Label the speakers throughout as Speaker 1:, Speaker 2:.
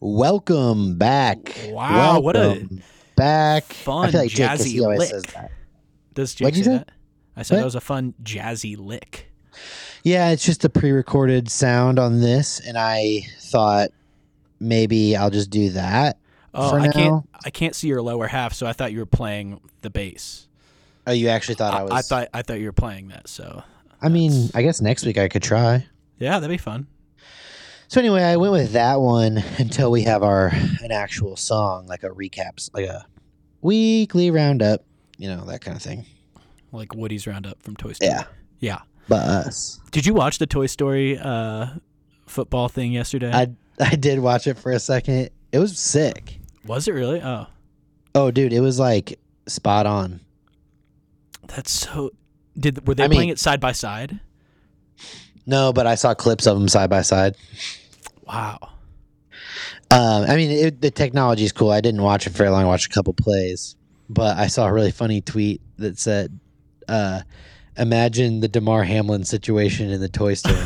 Speaker 1: Welcome back.
Speaker 2: Wow, what a
Speaker 1: Welcome back
Speaker 2: fun,
Speaker 1: I feel like Jake, 'cause
Speaker 2: jazzy
Speaker 1: he always
Speaker 2: lick.
Speaker 1: says that.
Speaker 2: Does Jake
Speaker 1: What'd
Speaker 2: say
Speaker 1: you say?
Speaker 2: that? I said
Speaker 1: What?
Speaker 2: that was a fun jazzy lick.
Speaker 1: Yeah, it's just a pre-recorded sound on this, and I thought maybe I'll just do that.
Speaker 2: Oh,
Speaker 1: For
Speaker 2: I can't.
Speaker 1: now.
Speaker 2: I can't see your lower half, so I thought you were playing the bass.
Speaker 1: Oh, you actually thought I, was?
Speaker 2: I thought I thought you were playing that. So
Speaker 1: I mean, I guess next week I could try.
Speaker 2: yeah, that'd be fun.
Speaker 1: So anyway, I went with that one until we have our an actual song, like a recaps, like a weekly roundup, you know, that kind of thing.
Speaker 2: Like Woody's Roundup from Toy Story.
Speaker 1: Yeah,
Speaker 2: Yeah.
Speaker 1: but us.
Speaker 2: Did you watch the Toy Story uh, football thing yesterday?
Speaker 1: I I did watch it for a second. It was sick.
Speaker 2: was it really? Oh,
Speaker 1: Oh, dude, it was like spot on.
Speaker 2: that's so. Did were they
Speaker 1: I
Speaker 2: playing
Speaker 1: mean-
Speaker 2: it side by side?
Speaker 1: No, but I saw clips of them side by side.
Speaker 2: Wow.
Speaker 1: Um, I mean, it, the technology is cool. I didn't watch it very long. I watched a couple plays, but I saw a really funny tweet that said, uh, "Imagine the Demar Hamlin situation in the Toy Story."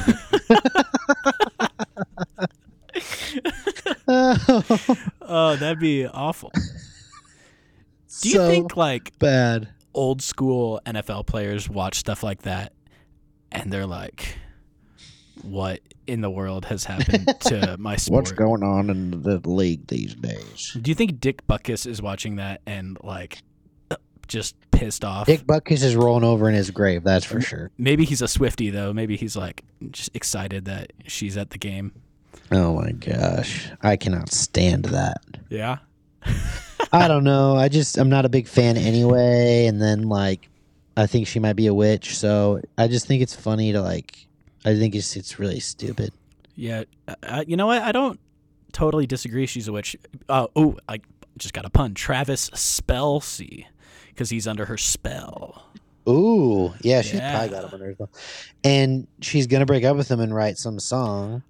Speaker 2: Oh, that'd be awful. Do you
Speaker 1: so
Speaker 2: think like
Speaker 1: bad?
Speaker 2: old school NFL players watch stuff like that and they're like, what in the world has happened to my sport?
Speaker 1: going on in the league these days?
Speaker 2: Do you think Dick Buckus is watching that and like just pissed off?
Speaker 1: Dick Buckus is rolling over in his grave. That's for sure.
Speaker 2: Maybe he's a Swifty though. Maybe he's like just excited that she's at the game.
Speaker 1: Oh my gosh, I cannot stand that.
Speaker 2: Yeah.
Speaker 1: I don't know. I just I'm not a big fan anyway. And then like, I think she might be a witch. So I just think it's funny to like. I think it's it's really stupid.
Speaker 2: Yeah. Uh, Uh, you know what? I don't totally disagree. She's a witch. Uh, oh, I just got a pun. Travis Spelsey, because he's under her spell.
Speaker 1: Ooh, yeah, she's
Speaker 2: Yeah.
Speaker 1: probably got him under her thumb. And she's gonna break up with him and write some song.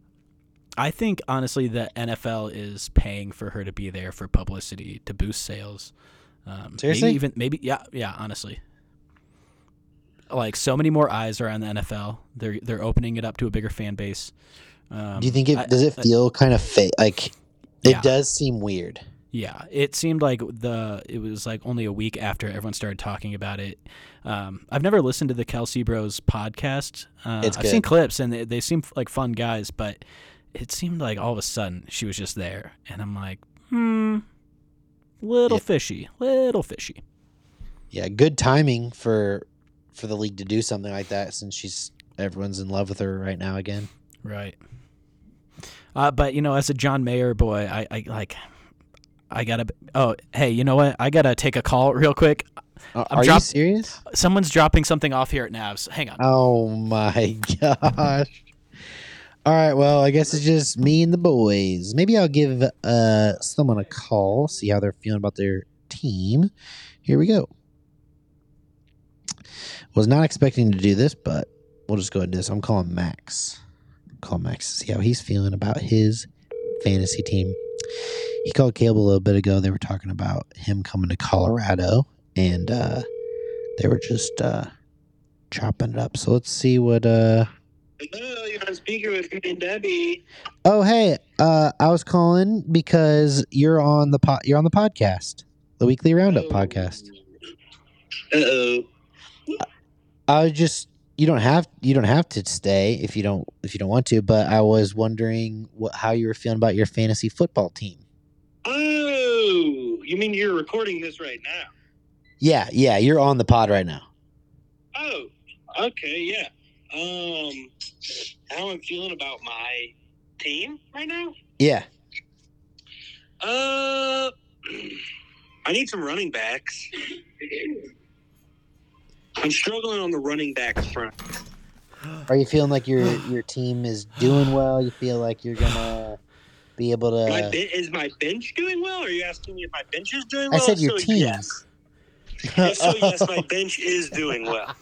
Speaker 2: I think honestly the NFL is paying for her to be there for publicity to boost sales. Um,
Speaker 1: Seriously?
Speaker 2: Maybe even maybe yeah yeah honestly. Like so many more eyes are on the NFL. They're they're opening it up to a bigger fan base. Um,
Speaker 1: Do you think it
Speaker 2: I-
Speaker 1: does it
Speaker 2: I-
Speaker 1: feel kind of fake? Like it
Speaker 2: Yeah.
Speaker 1: does seem weird.
Speaker 2: Yeah, it seemed like the it was like only a week after everyone started talking about it. Um, I've never listened to the Kelsey Bros podcast. Uh,
Speaker 1: It's
Speaker 2: I've seen
Speaker 1: good.
Speaker 2: clips and they, they seem like fun guys, but it seemed like all of a sudden she was just there, and I'm like, hmm, little
Speaker 1: Yeah.
Speaker 2: fishy, little fishy.
Speaker 1: Yeah, good timing for for the league to do something like that since she's everyone's in love with her right now again.
Speaker 2: Right. Uh, but you know, as a John Mayer boy, I, I like. I gotta. Oh, hey, you know what? I gotta take a call real quick.
Speaker 1: Are,
Speaker 2: I'm
Speaker 1: are you
Speaker 2: drop-
Speaker 1: serious?
Speaker 2: Someone's dropping something off here at Navs. Hang on.
Speaker 1: Oh my gosh. All right, well, I guess it's just me and the boys. Maybe I'll give uh someone a call, see how they're feeling about their team. Here we go. Was not expecting to do this, but we'll just go ahead and do this. I'm calling Max. Call Max to see how he's feeling about his fantasy team. He called Caleb a little bit ago. They were talking about him coming to Colorado, and uh, they were just uh, chopping it up. So let's see what. uh
Speaker 3: Hello, you're on speaker with me, Debbie.
Speaker 1: Oh hey, uh, I was calling because you're on the po- you're on the podcast, the weekly roundup podcast.
Speaker 3: Uh oh.
Speaker 1: I was just you don't have you don't have to stay if you don't if you don't want to. But I was wondering what how you were feeling about your fantasy football team.
Speaker 3: Oh, you mean you're recording this right now?
Speaker 1: Yeah, yeah, you're on the pod right now.
Speaker 3: Oh, okay, yeah. Um, how I'm feeling about my team right now?
Speaker 1: Yeah.
Speaker 3: Uh, I need some running backs. I'm struggling on the running back front.
Speaker 1: Are you feeling like your your team is doing well? You feel like you're gonna be able
Speaker 3: My
Speaker 1: to.
Speaker 3: ben- is my bench doing well? Or are you asking me if my bench is doing
Speaker 1: I
Speaker 3: well?
Speaker 1: said your
Speaker 3: So
Speaker 1: team.
Speaker 3: yes. If so, yes, my bench is doing well.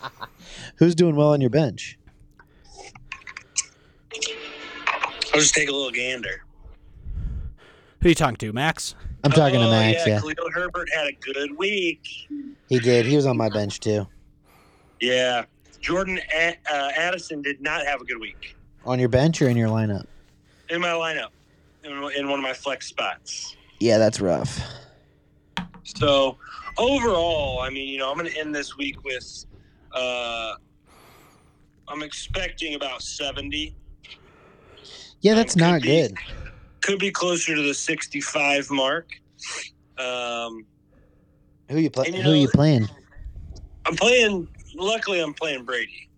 Speaker 1: Who's doing well on your bench?
Speaker 3: I'll just take a little gander.
Speaker 2: Who you talking to, Max?
Speaker 1: I'm talking to
Speaker 3: Oh,
Speaker 1: Max. Yeah,
Speaker 3: Khalil Herbert had a good week.
Speaker 1: he did. He was on my bench too.
Speaker 3: Yeah. Jordan a- uh, Addison did not have a good week
Speaker 1: On your bench or in your lineup?
Speaker 3: in my lineup. in, in one of my flex spots.
Speaker 1: Yeah, that's rough.
Speaker 3: So overall, I mean, you know, I'm going to end this week with uh, I'm expecting about 70.
Speaker 1: Yeah, that's
Speaker 3: Um, could
Speaker 1: not
Speaker 3: be.
Speaker 1: good.
Speaker 3: Could be closer to the 65 mark. Um,
Speaker 1: Who you play?
Speaker 3: And you
Speaker 1: Who
Speaker 3: know-
Speaker 1: you playing?
Speaker 3: I'm playing. Luckily, I'm playing Brady.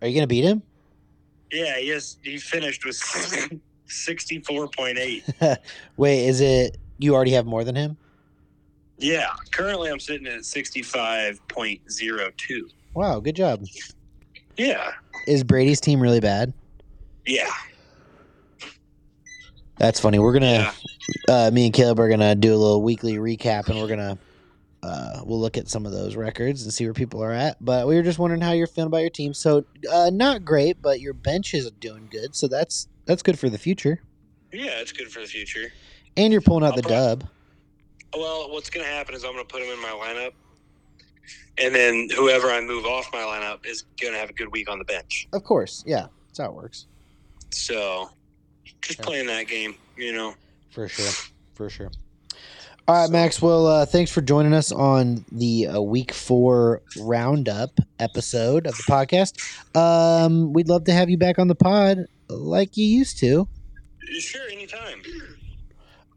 Speaker 1: Are you gonna beat him?
Speaker 3: Yeah, he is. He finished with 64.8.
Speaker 1: Wait, is it you already have more than him?
Speaker 3: Yeah, currently I'm sitting at 65.02.
Speaker 1: Wow, good job.
Speaker 3: Yeah,
Speaker 1: Is Brady's team really bad?
Speaker 3: yeah.
Speaker 1: That's funny. We're gonna,
Speaker 3: Yeah.
Speaker 1: uh, me and Caleb are gonna do a little weekly recap, and we're gonna, uh, we'll look at some of those records and see where people are at. But we were just wondering how you're feeling about your team. So, uh, not great, but your bench is doing good, so that's that's good for the future.
Speaker 3: Yeah, it's good for the future.
Speaker 1: And you're pulling out the
Speaker 3: I'll prob-
Speaker 1: dub.
Speaker 3: Well, what's going to happen is I'm going to put him in my lineup, and then whoever I move off my lineup is going to have a good week on the bench.
Speaker 1: Of course, yeah, that's how it works.
Speaker 3: So, just
Speaker 1: Yeah.
Speaker 3: playing that game, you know.
Speaker 1: For sure. For sure. All right, Max. Well, uh, thanks for joining us on the uh, week four roundup episode of the podcast. Um, we'd love to have you back on the pod like you used to.
Speaker 3: Sure, anytime.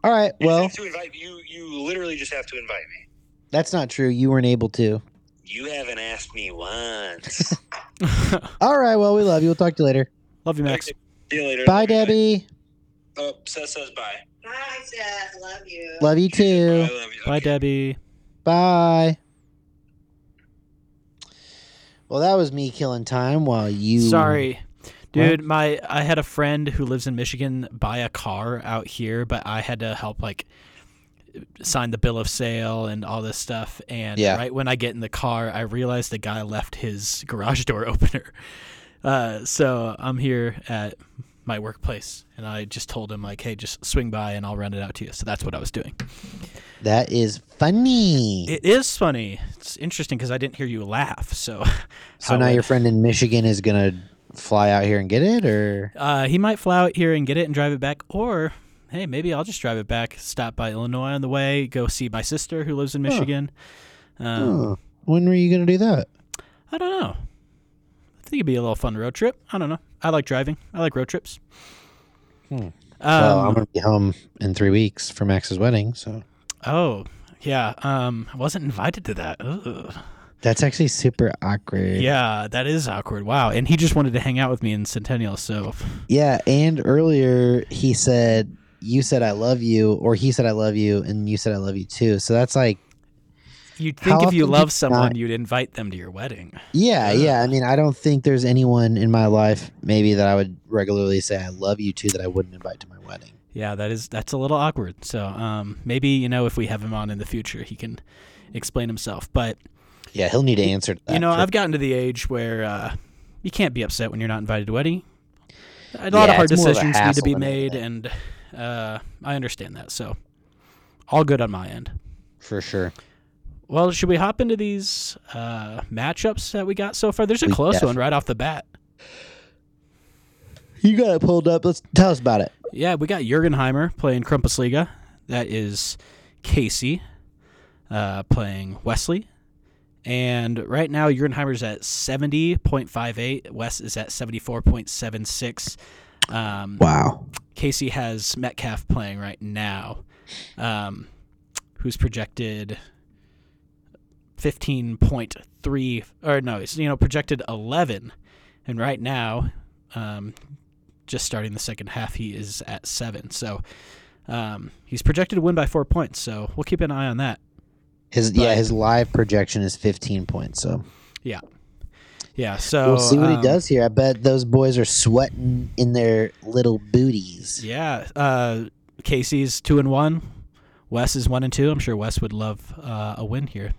Speaker 1: All right.
Speaker 3: you
Speaker 1: Well,
Speaker 3: have to invite you. You literally just have to invite me.
Speaker 1: that's not true. You weren't able to.
Speaker 3: You haven't asked me once.
Speaker 1: All right. Well, we love you. We'll talk to you later.
Speaker 2: Love you, Max.
Speaker 3: See you later.
Speaker 1: Bye, Debbie.
Speaker 3: Oh, Seth says bye.
Speaker 4: Bye, Seth. Love you.
Speaker 1: Love you too.
Speaker 3: I love you.
Speaker 2: Bye,
Speaker 3: Okay.
Speaker 2: Debbie.
Speaker 1: Bye. Well, that was me killing time while you.
Speaker 2: Sorry. Dude, my I had a friend who lives in Michigan buy a car out here, but I had to help like sign the bill of sale and all this stuff. And
Speaker 1: Yeah.
Speaker 2: right when I get in the car, I realized the guy left his garage door opener. Uh, so I'm here at my workplace, and I just told him like, "Hey, just swing by and I'll rent it out to you." So that's what I was doing.
Speaker 1: That is funny.
Speaker 2: It is funny. It's interesting because I didn't hear you laugh. So,
Speaker 1: So
Speaker 2: how
Speaker 1: now
Speaker 2: would-
Speaker 1: your friend in Michigan is gonna fly out here and get it, or
Speaker 2: Uh, he might fly out here and get it and drive it back, or hey, maybe I'll just drive it back. Stop by Illinois on the way, go see my sister who lives in
Speaker 1: Huh.
Speaker 2: Michigan. Um,
Speaker 1: Oh, when were you gonna do that?
Speaker 2: I don't know. I think it'd be a little fun road trip. I don't know. I like driving. I like road trips.
Speaker 1: Hmm.
Speaker 2: Um,
Speaker 1: well, I'm gonna be home in three weeks for Max's wedding, so
Speaker 2: oh yeah. Um, I wasn't invited to that. Ugh.
Speaker 1: that's actually super awkward.
Speaker 2: Yeah, that is awkward. Wow. And he just wanted to hang out with me in Centennial. So
Speaker 1: yeah. And earlier he said you said I love you, or he said I love you, and you said I love you too. So that's like,
Speaker 2: you'd
Speaker 1: How
Speaker 2: think if you
Speaker 1: often do you
Speaker 2: love someone,
Speaker 1: not-
Speaker 2: you'd invite them to your wedding.
Speaker 1: yeah,
Speaker 2: Yeah.
Speaker 1: yeah. I mean, I don't think there's anyone in my life maybe that I would regularly say I love you to that I wouldn't invite to my wedding.
Speaker 2: Yeah, that is that's a little awkward. So um, maybe you know if we have him on in the future, he can explain himself. But
Speaker 1: Yeah, he'll need to answer. To that
Speaker 2: you know,
Speaker 1: for-
Speaker 2: I've gotten to the age where uh, you can't be upset when you're not invited to a wedding. A lot of hard
Speaker 1: it's more of a
Speaker 2: decisions need to
Speaker 1: hassle
Speaker 2: be
Speaker 1: than
Speaker 2: made, and
Speaker 1: anything.
Speaker 2: uh, I understand that. So all good on my end.
Speaker 1: for sure.
Speaker 2: Well, should we hop into these uh, matchups that we got so far? There's a
Speaker 1: We
Speaker 2: close
Speaker 1: def-
Speaker 2: one right off the bat.
Speaker 1: You got it pulled up. Let's tell us about it.
Speaker 2: Yeah, we got Jurgenheimer playing Krumpusliga. That is Casey uh, playing Wesley. And right now, Jurgenheimer's at 70.58. Wes is at 74.76. Um,
Speaker 1: Wow.
Speaker 2: Casey has Metcalf playing right now, um, who's projected 15.3, or no, it's, you know, projected 11. And right now, um, just starting the second half, he is at seven. So um, he's projected to win by four points. So we'll keep an eye on that.
Speaker 1: His yeah,
Speaker 2: But-
Speaker 1: his live projection is 15 points. So
Speaker 2: Yeah. So
Speaker 1: we'll see what
Speaker 2: um,
Speaker 1: he does here. I bet those boys are sweating in their little booties.
Speaker 2: Yeah. Uh, Casey's two and one. Wes is one and two. I'm sure Wes would love uh, a win here.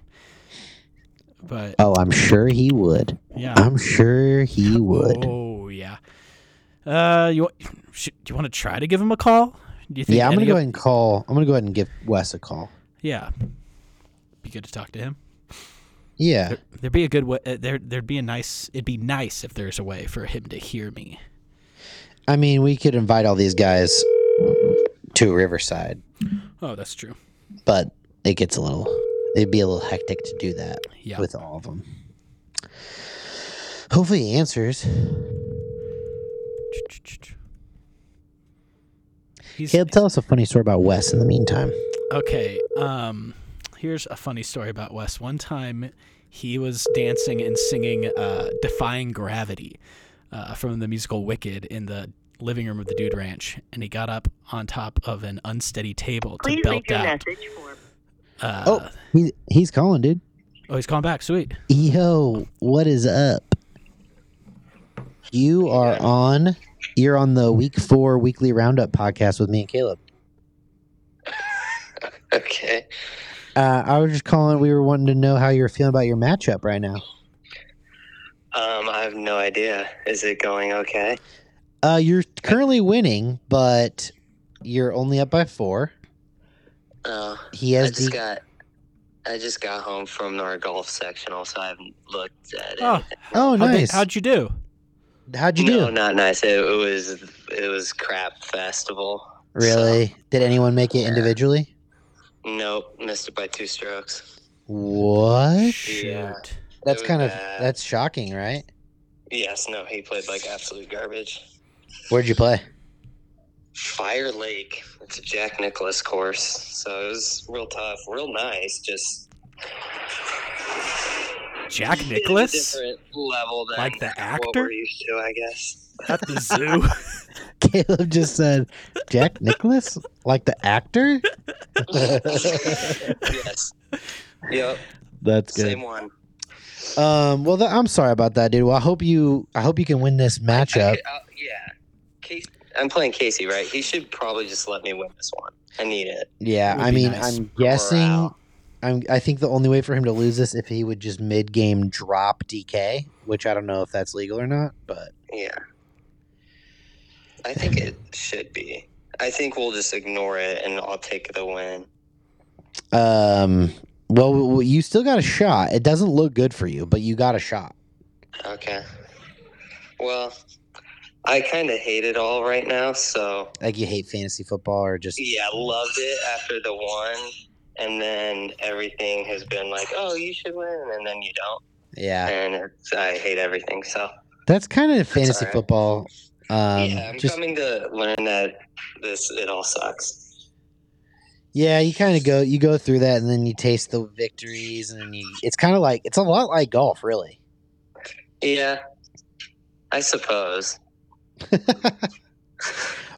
Speaker 2: But
Speaker 1: Oh, I'm sure he would.
Speaker 2: yeah.
Speaker 1: I'm sure he would.
Speaker 2: Oh yeah. Uh, you wa- should, do you want to try to give him a call? Do you think?
Speaker 1: yeah, I'm gonna
Speaker 2: any
Speaker 1: go
Speaker 2: of-
Speaker 1: ahead and call. I'm gonna go ahead and give Wes a call.
Speaker 2: Yeah, be good to talk to him.
Speaker 1: Yeah,
Speaker 2: There, there'd be a good way. uh, There, there'd be a nice. It'd be nice if there's a way for him to hear me.
Speaker 1: I mean, we could invite all these guys to Riverside,
Speaker 2: Oh, that's true.
Speaker 1: but it gets a little. It'd be a little hectic to do that
Speaker 2: Yeah.
Speaker 1: with all of them. Hopefully, he answers.
Speaker 2: He's,
Speaker 1: Caleb, tell us a funny story about Wes in the meantime.
Speaker 2: Okay. Um, here's a funny story about Wes. One time, he was dancing and singing uh, "Defying Gravity" uh, from the musical Wicked in the living room of the Dude Ranch, and he got up on top of an unsteady table to
Speaker 5: Please leave
Speaker 2: belt
Speaker 5: your
Speaker 2: out.
Speaker 5: message for
Speaker 2: Uh,
Speaker 1: Oh. He, he's calling, dude.
Speaker 2: oh, he's calling back. Sweet.
Speaker 1: Yo, what is up? You are on. You're on the week four weekly roundup podcast with me and Caleb.
Speaker 3: Okay.
Speaker 1: Uh, I was just calling. We were wanting to know how you're feeling about your matchup right now.
Speaker 6: Um, I have no idea. Is it going okay?
Speaker 1: Uh, you're currently winning, but you're only up by four.
Speaker 6: Oh,
Speaker 1: He
Speaker 6: I
Speaker 1: has
Speaker 6: just
Speaker 1: the
Speaker 6: got. I just got home from our golf sectional, so I haven't looked at it.
Speaker 2: Oh,
Speaker 1: oh
Speaker 2: how'd they-
Speaker 1: nice.
Speaker 2: how'd you do?
Speaker 1: How'd you do?
Speaker 6: no, not nice. It, it was it was crap festival.
Speaker 1: really? Did anyone make it individually?
Speaker 6: Nope, missed it by two strokes.
Speaker 1: What?
Speaker 2: Shoot.
Speaker 1: That's
Speaker 6: was
Speaker 1: kind of
Speaker 6: bad.
Speaker 1: that's shocking, right?
Speaker 6: Yes, no, he played like absolute garbage.
Speaker 1: Where'd you play?
Speaker 6: Fire Lake. It's a Jack Nicholas course, so it was real tough, real nice, just
Speaker 2: Jack
Speaker 6: hit a
Speaker 2: Nicholas
Speaker 6: different level than
Speaker 2: Like the
Speaker 6: what
Speaker 2: actor?
Speaker 6: we're used to, I guess.
Speaker 2: at the zoo.
Speaker 1: Caleb just said Jack Nicholas, like the actor.
Speaker 6: yes. Yep.
Speaker 1: That's
Speaker 6: Same one.
Speaker 1: Um, well, th- I'm sorry about that, dude. Well, I hope you I hope you can win this matchup.
Speaker 6: Okay, uh, yeah. Casey, I'm playing Casey, right? He should probably just let me win this one. I need it.
Speaker 1: Yeah,
Speaker 2: Would
Speaker 1: I
Speaker 2: be
Speaker 1: mean,
Speaker 2: nice.
Speaker 1: I'm guessing.
Speaker 6: Wow.
Speaker 1: I'm. I think the only way for him to lose this if he would just mid game drop DK, which I don't know if that's legal or not. But
Speaker 6: Yeah. I think it should be. I think we'll just ignore it and I'll take the win.
Speaker 1: um, well, w- w- you still got a shot. It doesn't look good for you, but you got a shot.
Speaker 6: Okay. Well, I kind of hate it all right now, so
Speaker 1: Like you hate fantasy football or just
Speaker 6: yeah, loved it after the one. And then everything has been like, oh, you should win. And then you don't.
Speaker 1: yeah.
Speaker 6: and it's, I hate everything. So
Speaker 1: That's kind of fantasy
Speaker 6: alright.
Speaker 1: football. Um,
Speaker 6: yeah, I'm
Speaker 1: just
Speaker 6: coming to learn that this it all sucks.
Speaker 1: Yeah, you kind of go you go through that, and then you taste the victories, and then you. It's kind of like it's a lot like golf, really.
Speaker 6: Yeah, I suppose.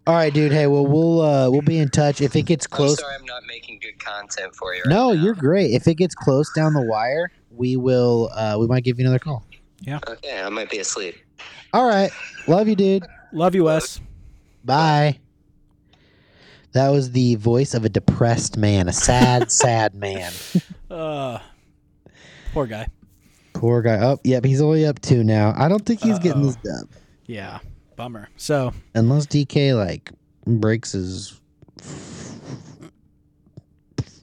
Speaker 1: All right, dude. Hey, well, we'll uh, we'll be in touch if it gets
Speaker 6: I'm
Speaker 1: close.
Speaker 6: sorry, I'm not making good content for you. Right
Speaker 1: No,
Speaker 6: now.
Speaker 1: you're great. If it gets close down the wire, we will. Uh, we might give you another call.
Speaker 6: okay. I might be asleep.
Speaker 1: All right, love you, dude.
Speaker 2: Love you, Wes.
Speaker 1: Bye. That was the voice of a depressed man, a sad, sad man.
Speaker 2: Uh, poor guy.
Speaker 1: Poor guy. Up. yep. He's only up two now. I don't think he's getting
Speaker 2: Uh-oh.
Speaker 1: this done.
Speaker 2: Yeah. Bummer. So
Speaker 1: unless DK like breaks his,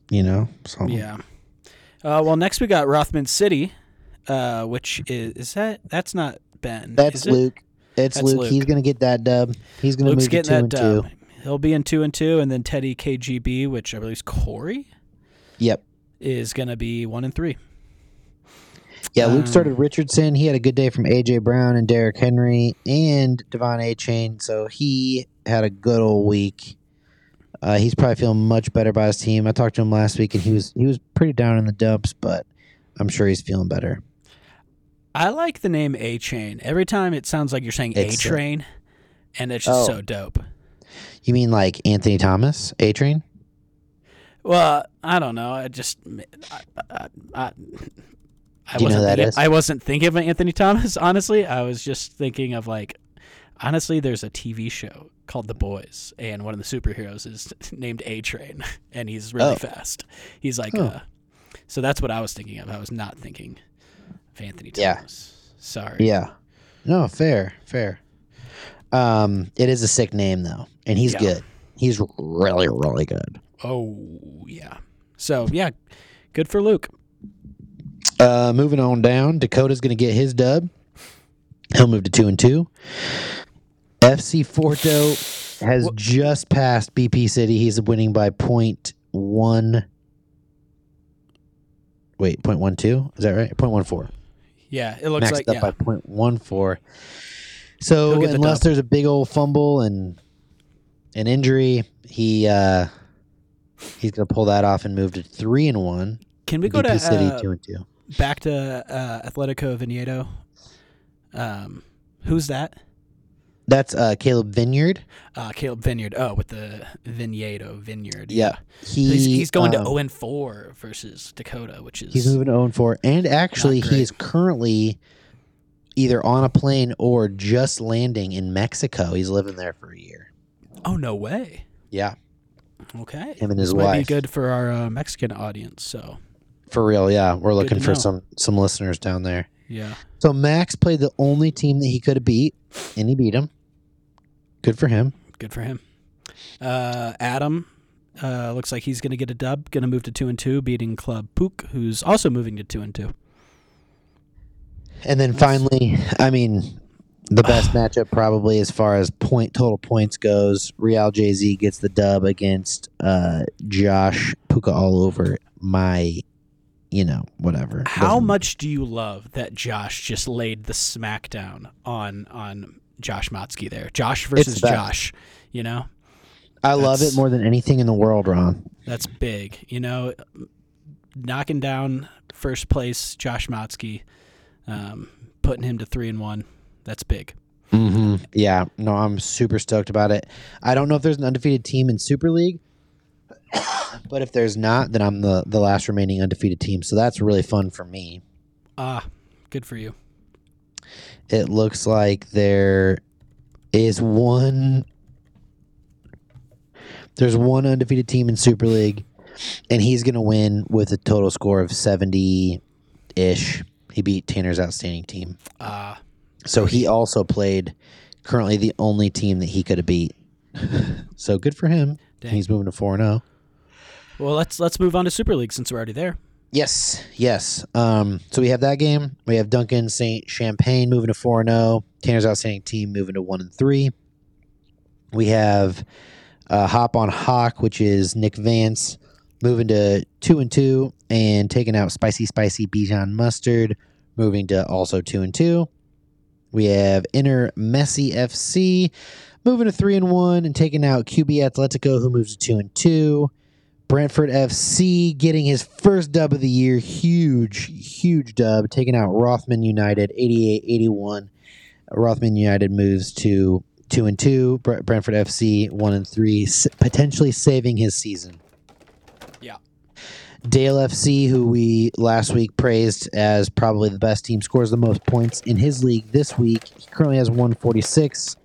Speaker 1: you know, something.
Speaker 2: Yeah. Uh, well, next we got Rothman City, uh, which is is that that's not Ben.
Speaker 1: That's
Speaker 2: is it?
Speaker 1: Luke. It's
Speaker 2: That's
Speaker 1: Luke.
Speaker 2: Luke.
Speaker 1: He's gonna get that dub. He's gonna
Speaker 2: Luke's
Speaker 1: move to two
Speaker 2: getting
Speaker 1: and
Speaker 2: that dub.
Speaker 1: two.
Speaker 2: He'll be in two and two, and then Teddy KGB, which I believe is Corey,
Speaker 1: Yep.
Speaker 2: is gonna be one and three.
Speaker 1: Yeah. Luke
Speaker 2: Um,
Speaker 1: started Richardson. He had a good day from AJ Brown and Derrick Henry and Devon A. Chain. So he had a good old week. Uh, he's probably feeling much better about his team. I talked to him last week, and he was he was pretty down in the dumps, but I'm sure he's feeling better.
Speaker 2: I like the name A Chain. Every time it sounds like you're saying A
Speaker 1: It's, uh,
Speaker 2: Train, and it's just
Speaker 1: Oh.
Speaker 2: so dope.
Speaker 1: You mean like Anthony Thomas, A Train?
Speaker 2: Well, I don't know. I just I I, I, I
Speaker 1: Do you know
Speaker 2: wasn't
Speaker 1: who that
Speaker 2: thinking,
Speaker 1: is?
Speaker 2: I wasn't thinking of Anthony Thomas. Honestly, I was just thinking of like honestly, there's a TV show called The Boys, and one of the superheroes is named A Train, and he's really
Speaker 1: Oh.
Speaker 2: fast. He's like,
Speaker 1: Oh.
Speaker 2: uh, so that's what I was thinking of. I was not thinking of Anthony
Speaker 1: Yeah.
Speaker 2: Thomas. Sorry.
Speaker 1: Yeah. No, fair, fair. Um, it is a sick name though, and he's
Speaker 2: Yeah.
Speaker 1: good. He's really, really good.
Speaker 2: Oh yeah. So yeah, good for Luke.
Speaker 1: Uh, moving on down, Dakota's gonna get his dub. He'll move to two and two. FC Forto has
Speaker 2: Wha-
Speaker 1: just passed BP City. He's winning by point one. Wait, point one two? Is that right? Point one four.
Speaker 2: Yeah, it looks
Speaker 1: Maxed
Speaker 2: like
Speaker 1: up
Speaker 2: yeah.
Speaker 1: by point one four.
Speaker 2: He'll
Speaker 1: So
Speaker 2: get the
Speaker 1: unless
Speaker 2: dub.
Speaker 1: there's a big old fumble and an injury, he uh he's gonna pull that off and move to three and one.
Speaker 2: Can we go
Speaker 1: BP
Speaker 2: to
Speaker 1: City
Speaker 2: uh,
Speaker 1: two and two.
Speaker 2: back to uh, Atletico Vinedo? Um, who's that?
Speaker 1: That's uh Caleb Vineyard.
Speaker 2: Uh, Caleb Vineyard. Oh, with the Vinedo Vineyard.
Speaker 1: Yeah. He,
Speaker 2: he's, he's going
Speaker 1: um,
Speaker 2: to 0 and 4 versus Dakota, which is
Speaker 1: He's moving to 0 4. And actually,
Speaker 2: great.
Speaker 1: he is currently either on a plane or just landing in Mexico. He's living there for a year.
Speaker 2: oh no way.
Speaker 1: Yeah.
Speaker 2: Okay,
Speaker 1: Him and his
Speaker 2: this might be
Speaker 1: wife.
Speaker 2: good for our uh, Mexican audience. So
Speaker 1: For real. Yeah. We're looking
Speaker 2: to
Speaker 1: for
Speaker 2: know.
Speaker 1: some, some listeners down there.
Speaker 2: yeah,
Speaker 1: So Max played the only team that he could have beat, and he beat him. Good for him.
Speaker 2: good for him. Uh, Adam uh, looks like he's going to get a dub. Going to move to two and two, beating Club Pook, who's also moving to two and two.
Speaker 1: And then finally, I mean, the best matchup probably as far as point total points goes. Real Jay Z gets the dub against uh, Josh Puka all over my, you know, whatever.
Speaker 2: How
Speaker 1: Doesn't-
Speaker 2: much do you love that Josh just laid the smackdown on on Josh Motsky there? Josh versus
Speaker 1: the best.
Speaker 2: Josh, you know.
Speaker 1: I love it
Speaker 2: that's-
Speaker 1: more than anything in the world, Ron.
Speaker 2: That's big. You know, knocking down first place Josh Motsky, um, putting him to three and one. That's big.
Speaker 1: Mm-hmm. Yeah, no, I'm super stoked about it. I don't know if there's an undefeated team in Super League, but if there's not, then I'm the the last remaining undefeated team. So that's really fun for me.
Speaker 2: Ah, good for you.
Speaker 1: it looks like there is one there's one undefeated team in super league and he's going to win with a total score of 70-ish he beat tanner's outstanding team
Speaker 2: Ah,
Speaker 1: so he also played currently the only team that he could have beat so good for him
Speaker 2: Dang.
Speaker 1: he's moving to oh. 4-0
Speaker 2: well, let's let's move on to Super League since we're already there.
Speaker 1: Yes, yes. Um, so we have that game. We have Duncan St. Champagne moving to four and zero. Tanner's outstanding team moving to one and three. We have uh, Hop on Hawk, which is Nick Vance moving to two and two and taking out Spicy Spicy Bijan Mustard, moving to also two and two. We have Inner Messy FC moving to three and one and taking out QB Atletico, who moves to two and two. Brentford FC getting his first dub of the year. Huge, huge dub. Taking out Rothman United, 88 81. Rothman United moves to 2 and 2. Bre- Brentford FC 1 and 3, s- potentially saving his season.
Speaker 2: Yeah.
Speaker 1: Dale FC, who we last week praised as probably the best team, scores the most points in his league this week. He currently has 146,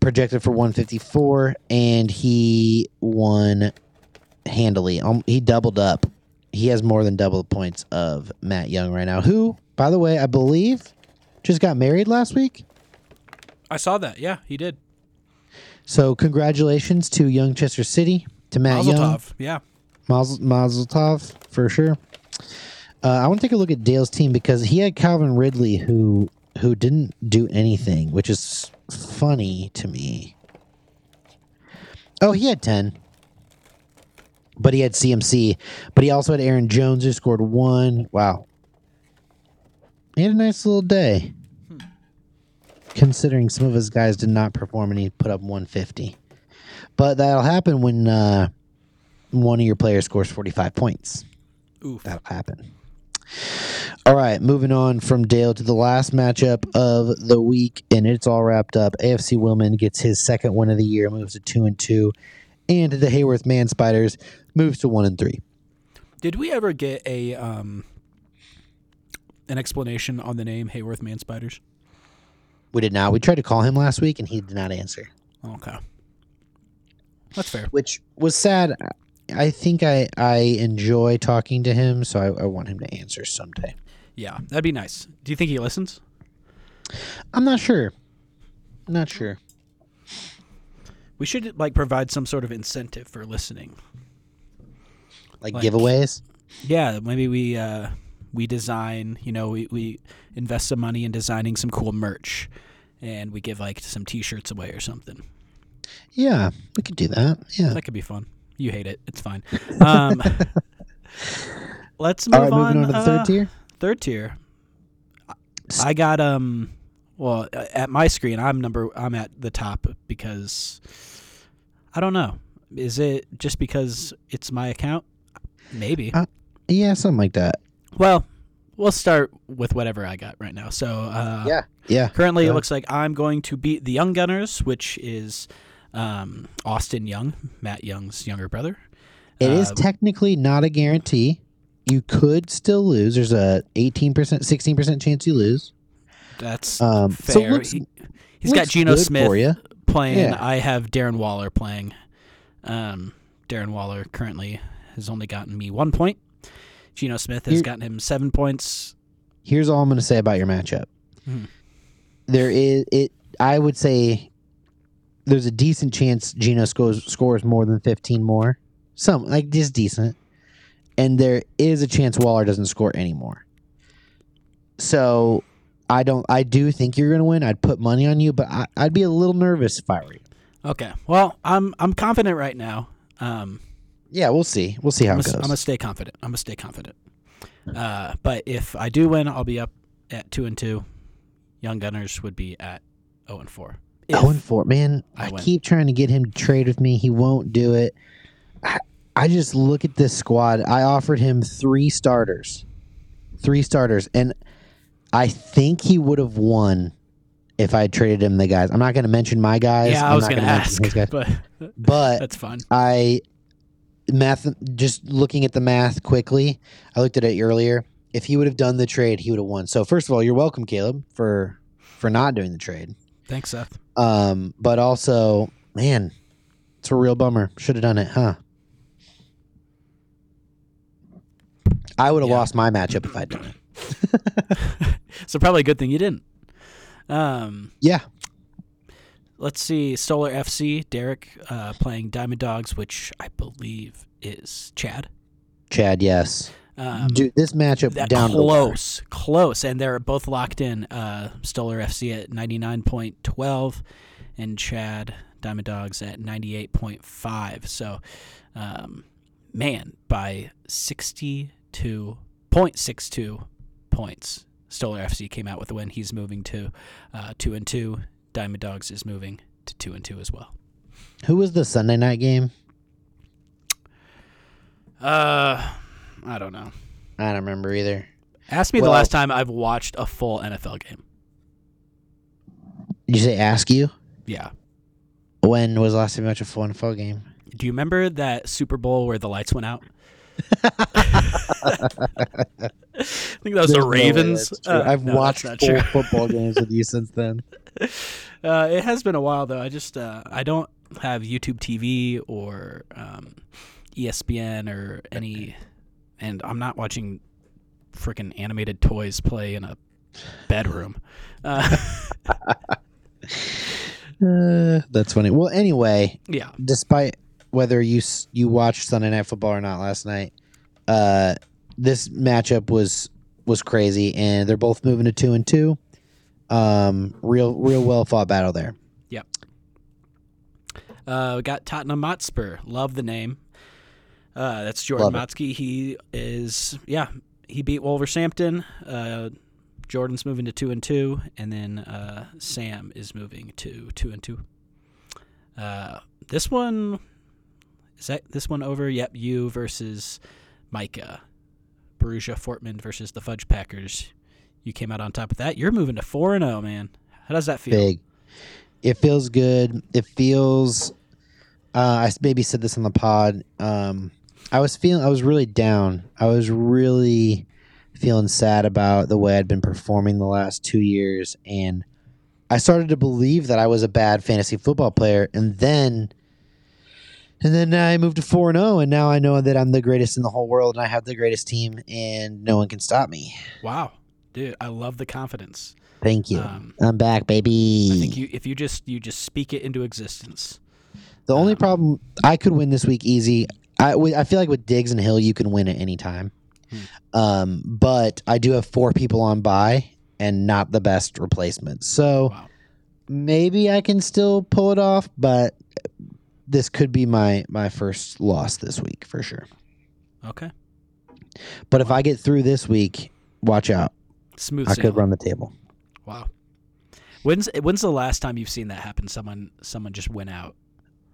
Speaker 1: projected for 154, and he won handily. Um, he doubled up. He has more than double the points of Matt Young right now, who, by the way, I believe just got married last week.
Speaker 2: I saw that. Yeah, he did.
Speaker 1: So congratulations to Young Chester City, to Matt
Speaker 2: Mazel
Speaker 1: Young,
Speaker 2: tov. Yeah.
Speaker 1: Mazel, Mazel tov, for sure. Uh, I want to take a look at Dale's team because he had Calvin Ridley, who who didn't do anything, which is funny to me. Oh, he had ten, but he had CMC, but he also had Aaron Jones who scored one. Wow, he had a nice little day. Considering some of his guys did not perform and he put up 150, but that'll happen when uh, one of your players scores 45 points.
Speaker 2: Oof.
Speaker 1: That'll happen. All right, moving on from Dale to the last matchup of the week, and it's all wrapped up. AFC Willman gets his second win of the year, moves to two and two, and the Hayworth Man Spiders moves to one and three.
Speaker 2: Did we ever get a um an explanation on the name Hayworth Man Spiders?
Speaker 1: We did not. We tried to call him last week, and he did not answer,
Speaker 2: Okay. That's fair.
Speaker 1: which was sad. I think I I enjoy talking to him, so I, I want him to answer someday.
Speaker 2: Yeah, that'd be nice. Do you think he listens?
Speaker 1: I'm not sure. Not sure.
Speaker 2: We should like provide some sort of incentive for listening.
Speaker 1: Like,
Speaker 2: Like-
Speaker 1: giveaways.
Speaker 2: Yeah, maybe we uh, we design. You know, we, we invest some money in designing some cool merch, and we give like some T-shirts away or something.
Speaker 1: Yeah, we could do that. Yeah.
Speaker 2: That could be fun. You hate it. It's fine. Um, let's move
Speaker 1: All right,
Speaker 2: on.
Speaker 1: moving on to the
Speaker 2: uh,
Speaker 1: third tier.
Speaker 2: third tier. I got um well at my screen I'm number I'm at the top because I don't know. Is it just because it's my account? Maybe.
Speaker 1: Uh, Yeah, something like that.
Speaker 2: well, we'll start with whatever I got right now. So uh
Speaker 1: Yeah. Yeah.
Speaker 2: Currently,
Speaker 1: Yeah.
Speaker 2: it looks like I'm going to beat the Young Gunners, which is um, Austin Young, Matt Young's younger brother.
Speaker 1: It is
Speaker 2: Uh,
Speaker 1: technically not a guarantee. You could still lose. There's a 18%, 16% chance you lose.
Speaker 2: That's
Speaker 1: Um,
Speaker 2: fair.
Speaker 1: so it looks,
Speaker 2: he, has got
Speaker 1: looks
Speaker 2: Geno
Speaker 1: good
Speaker 2: Smith
Speaker 1: for you.
Speaker 2: playing.
Speaker 1: Yeah.
Speaker 2: I have Darren Waller playing. Um, Darren Waller currently has only gotten me one point. Geno Smith has
Speaker 1: Here-
Speaker 2: gotten him seven points.
Speaker 1: Here's all I'm going to say about your matchup.
Speaker 2: Mhm.
Speaker 1: There is it. I would say there's a decent chance Gino scores scores more than 15 more. Some like just decent, and there is a chance Waller doesn't score anymore. So I don't. I do think you're going to win. I'd put money on you, but I, I'd be a little nervous if I were you.
Speaker 2: Okay. Well, I'm I'm confident right now. Um,
Speaker 1: Yeah, we'll see. We'll see how
Speaker 2: I'm
Speaker 1: it goes.
Speaker 2: gonna, I'm gonna stay confident. I'm gonna stay confident. Uh, but if I do win, I'll be up at two and two. Young Gunners would be at zero and four. If-
Speaker 1: Owen Fort, man,
Speaker 2: I
Speaker 1: I,
Speaker 2: win.
Speaker 1: keep trying to get him to trade with me. He won't do it. I, I just look at this squad. I offered him three starters, three starters, and I think he would have won if I had traded him the guys. I'm not going to mention my guys.
Speaker 2: yeah,
Speaker 1: I'm
Speaker 2: I was
Speaker 1: not
Speaker 2: gonna,
Speaker 1: mention
Speaker 2: ask,
Speaker 1: his guys. Uh,
Speaker 2: but
Speaker 1: but
Speaker 2: that's fine.
Speaker 1: I math just looking at the math quickly. I looked at it earlier. If he would have done the trade, he would have won. So first of all, you're welcome, Caleb, for for not doing the trade.
Speaker 2: Thanks, Seth.
Speaker 1: Um, but also, man, it's a real bummer. Should have done it, huh? I would have
Speaker 2: Yeah.
Speaker 1: lost my matchup if I'd done it.
Speaker 2: So probably a good thing you didn't. Um,
Speaker 1: Yeah.
Speaker 2: let's see. Solar FC, Derek uh, playing Diamond Dogs, which I believe is Chad.
Speaker 1: Chad, yes.
Speaker 2: Um,
Speaker 1: Dude, this matchup
Speaker 2: that
Speaker 1: down to the wire.
Speaker 2: close, close, and they're both locked in. Uh, Stoller FC at ninety nine point twelve, and Chad Diamond Dogs at ninety eight point five. So, um, man, by sixty two point six two points, Stoller FC came out with the win. He's moving to uh, two and two. Diamond Dogs is moving to two and two as well.
Speaker 1: Who was the Sunday night game?
Speaker 2: Uh, I don't know.
Speaker 1: I don't remember either.
Speaker 2: Ask me
Speaker 1: Well-
Speaker 2: the last time I've watched a full NFL game.
Speaker 1: Did you say ask you?
Speaker 2: Yeah.
Speaker 1: When was the last time you watched a full NFL game?
Speaker 2: Do you remember that Super Bowl where the lights went out? I think that
Speaker 1: There's
Speaker 2: was the
Speaker 1: no way
Speaker 2: Ravens.
Speaker 1: that's true.
Speaker 2: Uh,
Speaker 1: I've
Speaker 2: no,
Speaker 1: watched
Speaker 2: that's
Speaker 1: full
Speaker 2: not
Speaker 1: football games with you since then.
Speaker 2: true. Uh, it has been a while though. I just uh, I don't have YouTube TV or um, ESPN or any, and I'm not watching freaking animated toys play in a bedroom. Uh,
Speaker 1: Uh, that's funny. Well, anyway,
Speaker 2: yeah,
Speaker 1: despite whether you s- you watched Sunday Night Football or not last night, uh, this matchup was was crazy, and they're both moving to two and two. Um, real real well fought battle there.
Speaker 2: Uh, we got Tottenham Hotspur. Love the name. Uh, that's
Speaker 1: Love
Speaker 2: Jordan
Speaker 1: it.
Speaker 2: Motzke. He is, yeah, he beat Wolverhampton. Uh, Jordan's moving to two and two, and then uh, Sam is moving to two and two. Uh, this one is that this one over? Yep, you versus Micah. Borussia Fortman versus the Fudge Packers. You came out on top of that. You're moving to four and zero, man. How does that feel?
Speaker 1: Big. It feels good. It feels. Uh, I s- maybe said this on the pod. Um, I was feeling. I was really down. I was really feeling sad about the way I'd been performing the last two years, and I started to believe that I was a bad fantasy football player. And then, and then I moved to four and zero, and now I know that I'm the greatest in the whole world, and I have the greatest team, and no one can stop me.
Speaker 2: Wow, dude, I love the confidence.
Speaker 1: Thank you.
Speaker 2: Um,
Speaker 1: I'm back, baby.
Speaker 2: I think you if you just you just speak it into existence.
Speaker 1: The only
Speaker 2: Um,
Speaker 1: problem I could win this week easy. I, wi- I feel like with Diggs and Hill, you can win at any time. Um, but I do have four people on by and not the best replacement. So
Speaker 2: Wow.
Speaker 1: maybe I can still pull it off, but this could be my my first loss this week for sure.
Speaker 2: Okay.
Speaker 1: But if I get through this week, watch out.
Speaker 2: Smooth
Speaker 1: I
Speaker 2: sailing.
Speaker 1: could run the table.
Speaker 2: Wow. When's when's the last time you've seen that happen? Someone someone just went out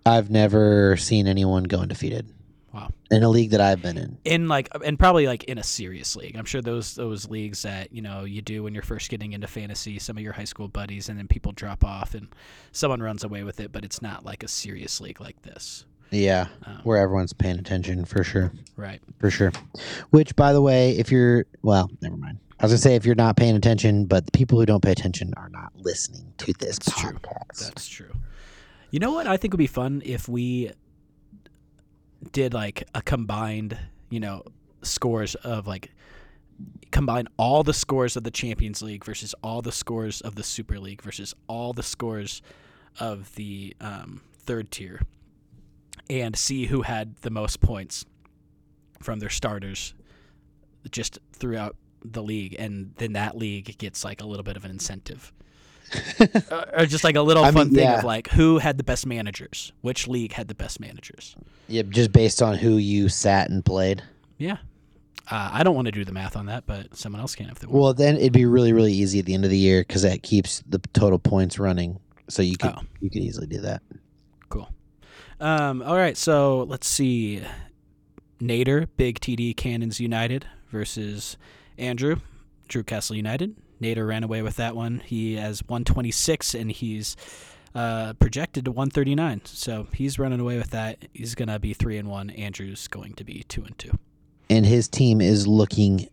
Speaker 1: I've never seen anyone go undefeated.
Speaker 2: Wow.
Speaker 1: In a league that I've been in.
Speaker 2: in like and probably like in a serious league. I'm sure those those leagues that you know you do when you're first getting into fantasy. Some of your high school buddies and then people drop off and someone runs away with it, but it's not like a serious league like this.
Speaker 1: Yeah.
Speaker 2: Um,
Speaker 1: Where everyone's paying attention for sure.
Speaker 2: right.
Speaker 1: For sure. Which by the way, if you're well, never mind. I was gonna say if you're not paying attention, but the people who don't pay attention are not listening to this
Speaker 2: That's true.
Speaker 1: podcast.
Speaker 2: That's true. You know what I think would be fun if we did like a combined, you know, scores of like combine all the scores of the Champions League versus all the scores of the Super League versus all the scores of the um, third tier and see who had the most points from their starters just throughout the league and then that league gets like a little bit of an incentive or or just like a little
Speaker 1: I
Speaker 2: fun
Speaker 1: mean,
Speaker 2: thing
Speaker 1: yeah.
Speaker 2: of like who had the best managers which league had the best managers
Speaker 1: Yep, just based on who you sat and played.
Speaker 2: yeah uh, i don't want to do the math on that but someone else can if they want
Speaker 1: Well, then it'd be really, really easy at the end of the year because that keeps the total points running. So you could
Speaker 2: Oh.
Speaker 1: you could easily do that.
Speaker 2: Cool. Um, all right, so let's see. Nader, Big TD Cannons United versus Andrew, Drew Castle United. Nader ran away with that one. He has 126 and he's uh, projected to 139. So he's running away with that. He's going to be 3 and 1. Andrew's going to be 2 and 2.
Speaker 1: And his team is looking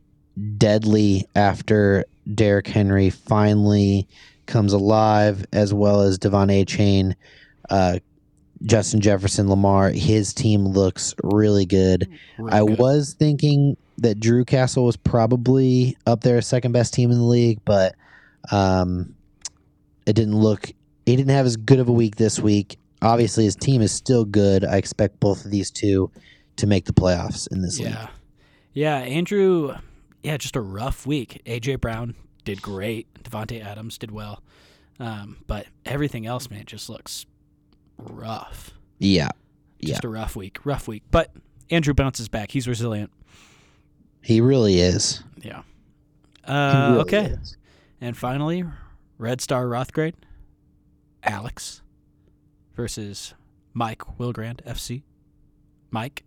Speaker 1: deadly after Derrick Henry finally comes alive, as well as Devon A. Chain, uh, Justin Jefferson, Lamar. His team looks really good.
Speaker 2: Real
Speaker 1: I
Speaker 2: good.
Speaker 1: was thinking that Drew Castle was probably up there as second best team in the league, but um, it didn't look. He didn't have as good of a week this week. Obviously, his team is still good. I expect both of these two to make the playoffs in this league.
Speaker 2: Yeah. Yeah, Andrew, yeah, just a rough week. AJ Brown did great. Devontae Adams did well. Um, but everything else, man, just looks rough.
Speaker 1: Yeah,
Speaker 2: Just a rough week. Rough week. But Andrew bounces back. He's resilient.
Speaker 1: he really is.
Speaker 2: Yeah.
Speaker 1: He
Speaker 2: Uh,
Speaker 1: really
Speaker 2: okay.
Speaker 1: is.
Speaker 2: And finally, Red Star Rothgrade, Alex versus Mike Wilgrand FC. Mike.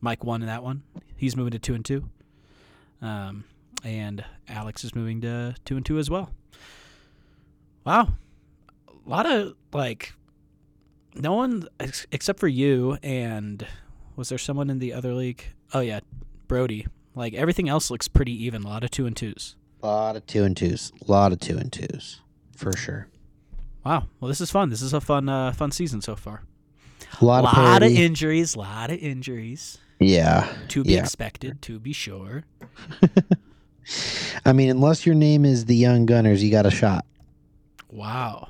Speaker 2: Mike won in that one. He's moving to two and two. Um, and Alex is moving to two and two as well. Wow. A lot of like no one ex- except for you and was there someone in the other league? Oh yeah, Brody. Like everything else looks pretty even. A lot of two and twos.
Speaker 1: lot of two and twos. lot of two and twos for sure.
Speaker 2: Wow. Well, this is fun. This is a fun, uh, fun season so far.
Speaker 1: A lot, of, parity.
Speaker 2: injuries. lot of injuries.
Speaker 1: yeah.
Speaker 2: To be
Speaker 1: Yeah.
Speaker 2: expected. To be sure.
Speaker 1: I mean, unless your name is the Young Gunners, you got a shot.
Speaker 2: Wow.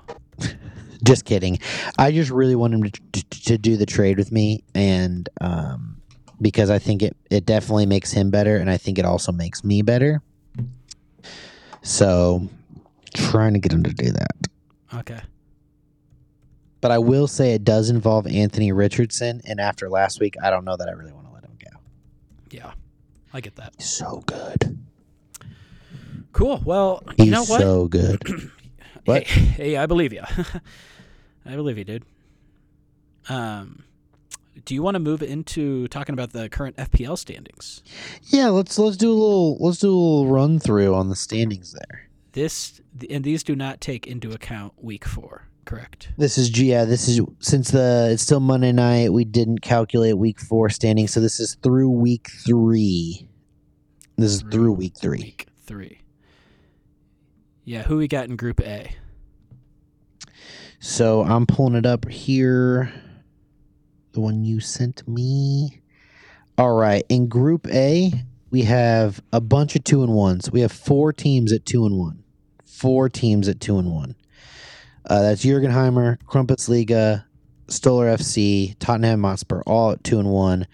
Speaker 1: Just kidding. I just really want him to, to, to do the trade with me, and um, because I think it it definitely makes him better, and I think it also makes me better. So, trying to get him to do that.
Speaker 2: Okay.
Speaker 1: But I will say it does involve Anthony Richardson, and after last week, I don't know that I really want to let him go.
Speaker 2: Yeah. I get that.
Speaker 1: He's so good.
Speaker 2: Cool. Well,
Speaker 1: He's
Speaker 2: you know what?
Speaker 1: so good. What?
Speaker 2: Hey, hey, I believe you. I believe you, dude. Um, do you want to move into talking about the current FPL standings?
Speaker 1: Yeah, let's let's do a little let's do a little run through on the standings there.
Speaker 2: This and these do not take into account week four, correct?
Speaker 1: This is yeah. This is since the it's still Monday night. We didn't calculate week four standing, so this is through week three. This is through week three.
Speaker 2: Week three. Yeah, who we got in Group A?
Speaker 1: So I'm pulling it up here. The one you sent me. All right. In Group A, we have a bunch of two and ones. We have four teams at two and one. Four teams at two and one. Uh, that's Jurgenheimer, Krumpetsliga, Stoller FC, Tottenham Hotspur, all at two and one,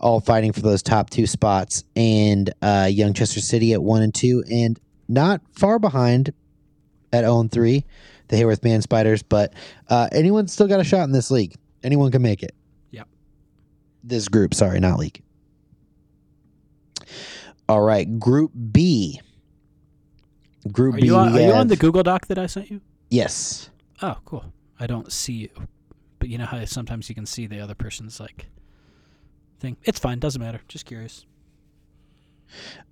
Speaker 1: all fighting for those top two spots, and uh, Youngchester City at one and two, and not far behind at 0 and 3, the Hayworth Man Spiders. But uh, anyone's still got a shot in this league. Anyone can make it.
Speaker 2: Yep.
Speaker 1: This group, sorry, not league. All right, Group B. Group
Speaker 2: Are
Speaker 1: B.
Speaker 2: you on,
Speaker 1: we
Speaker 2: are you on
Speaker 1: have-
Speaker 2: the Google Doc that I sent you?
Speaker 1: Yes.
Speaker 2: Oh, cool. I don't see you, but you know how sometimes you can see the other person's like thing. It's fine. Doesn't matter. Just curious.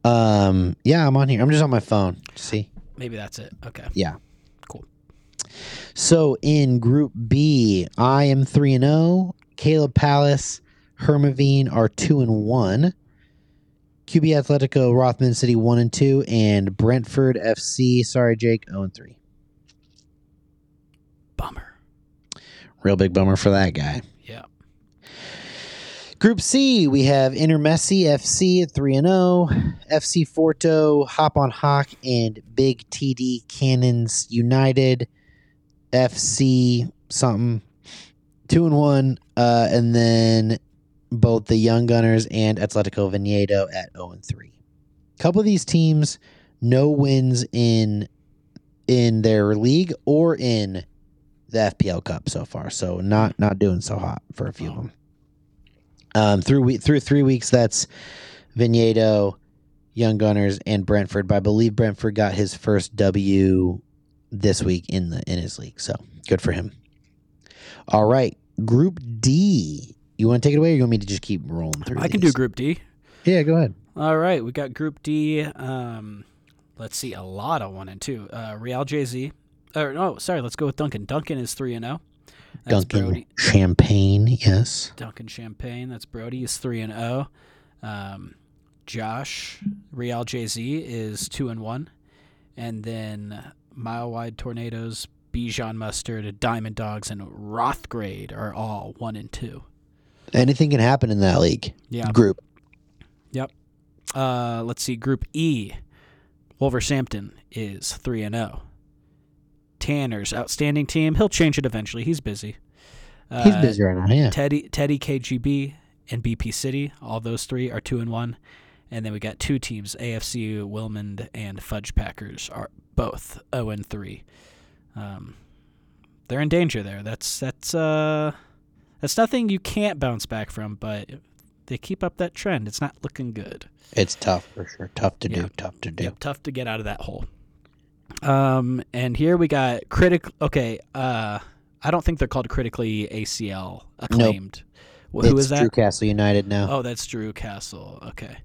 Speaker 1: Um. Yeah, I'm on here. I'm just on my phone. See.
Speaker 2: Maybe that's it. Okay.
Speaker 1: So in Group B, I am three and zero. Caleb Palace, Hermavine are two and one. QB Atletico, Rothman City one and two, and Brentford FC. Sorry, Jake, zero and three.
Speaker 2: Bummer.
Speaker 1: Real big bummer for that guy.
Speaker 2: Yeah.
Speaker 1: Group C, we have Intermessi FC at 3 0, FC oh, Forto, Hop on Hawk, and Big TD Cannons United, FC something, 2 and 1. Uh, and then both the Young Gunners and Atletico Vinedo at 0 and 3. Couple of these teams, no wins in in their league or in the FPL Cup so far. So not not doing so hot for a few of them. Um, through we, through three weeks, that's Vignedo, Young Gunners, and Brentford. But I believe Brentford got his first W this week in the in his league. So good for him. All right, Group D. You want to take it away, or you want me to just keep rolling through?
Speaker 2: I can do
Speaker 1: these?
Speaker 2: Group D.
Speaker 1: Yeah, go ahead.
Speaker 2: All right, we got Group D. Um, let's see, a lot of one and two. Uh, Real JZ. Or no, sorry, let's go with Duncan. Duncan is three and zero. That's
Speaker 1: Duncan
Speaker 2: Brody.
Speaker 1: Champagne. Yes.
Speaker 2: Duncan Champagne. That's Brody is three and zero. Um, Josh Real JZ is two and one, and then Mile Wide Tornadoes, Bijan Mustard, Diamond Dogs, and Rothgrade are all one and two.
Speaker 1: Anything can happen in that league
Speaker 2: Yeah.
Speaker 1: group.
Speaker 2: Uh, let's see. Group E, Wolverhampton is three and zero. Tanner's outstanding team. He'll change it eventually. He's busy. Uh,
Speaker 1: He's busy right now. Yeah.
Speaker 2: Teddy, Teddy KGB, and BP City. All those three are two and one. And then we got two teams: AFC Wilmond and Fudge Packers are both zero and three. Um, they're in danger there. That's that's uh, that's nothing you can't bounce back from, but. They keep up that trend. It's not looking good.
Speaker 1: It's tough for sure. Tough to
Speaker 2: Yeah.
Speaker 1: do. Tough to do.
Speaker 2: Yep, tough to get out of that hole. Um, and here we got critic. Okay, uh, I don't think they're called critically ACL acclaimed. Wh- Who
Speaker 1: it's
Speaker 2: is that?
Speaker 1: Drew Castle United now.
Speaker 2: Oh, that's Drew Castle. Okay,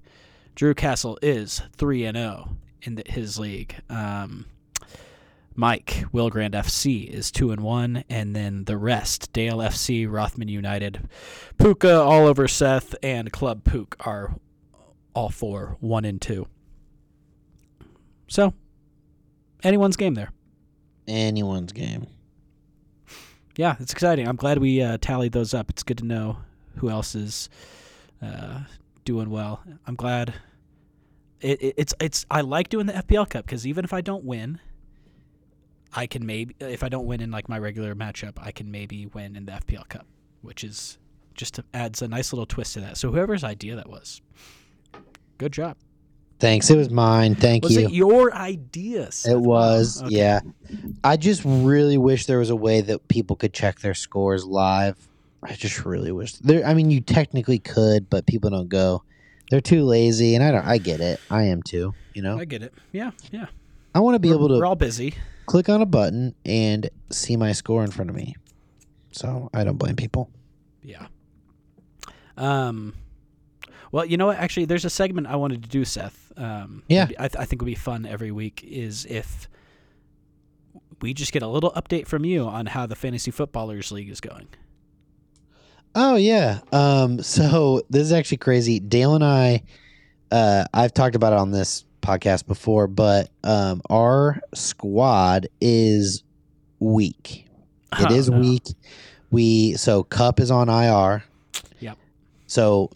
Speaker 2: Drew Castle is three and zero in the, his league. Um, Mike Wilgrand FC is two and one, and then the rest: Dale FC, Rothman United, Puka, All Over Seth, and Club Pook are all four one and two. So, anyone's game there.
Speaker 1: Anyone's game.
Speaker 2: Yeah, it's exciting. I'm glad we uh, tallied those up. It's good to know who else is uh, doing well. I'm glad. It, it, it's it's I like doing the FPL Cup because even if I don't win, I can maybe if I don't win in like my regular matchup, I can maybe win in the FPL Cup, which is just adds a nice little twist to that. So whoever's idea that was, good job.
Speaker 1: Thanks. It was mine. Thank
Speaker 2: Was
Speaker 1: you.
Speaker 2: it your idea? Seth?
Speaker 1: It was,
Speaker 2: Okay.
Speaker 1: yeah. I just really wish there was a way that people could check their scores live. I just really wish there. I mean, you technically could, but people don't go. They're too lazy, and I don't. I get it. I am too. You know,
Speaker 2: I get it. Yeah, yeah.
Speaker 1: I want to be
Speaker 2: We're-
Speaker 1: able
Speaker 2: We're
Speaker 1: to
Speaker 2: all busy.
Speaker 1: click on a button and see my score in front of me. So I don't blame people.
Speaker 2: Yeah. Um. Well, you know what? Actually, there's a segment I wanted to do, Seth. Um,
Speaker 1: Yeah.
Speaker 2: it'd be- I, th- I think would be fun every week is if we just get a little update from you on how the fantasy footballers league is going.
Speaker 1: Oh yeah. Um, so this is actually crazy. Dale and I, uh, I've talked about it on this podcast before, but um, our squad is weak. It is
Speaker 2: Oh, no.
Speaker 1: weak. We so Cup is on IR.
Speaker 2: Yep.
Speaker 1: So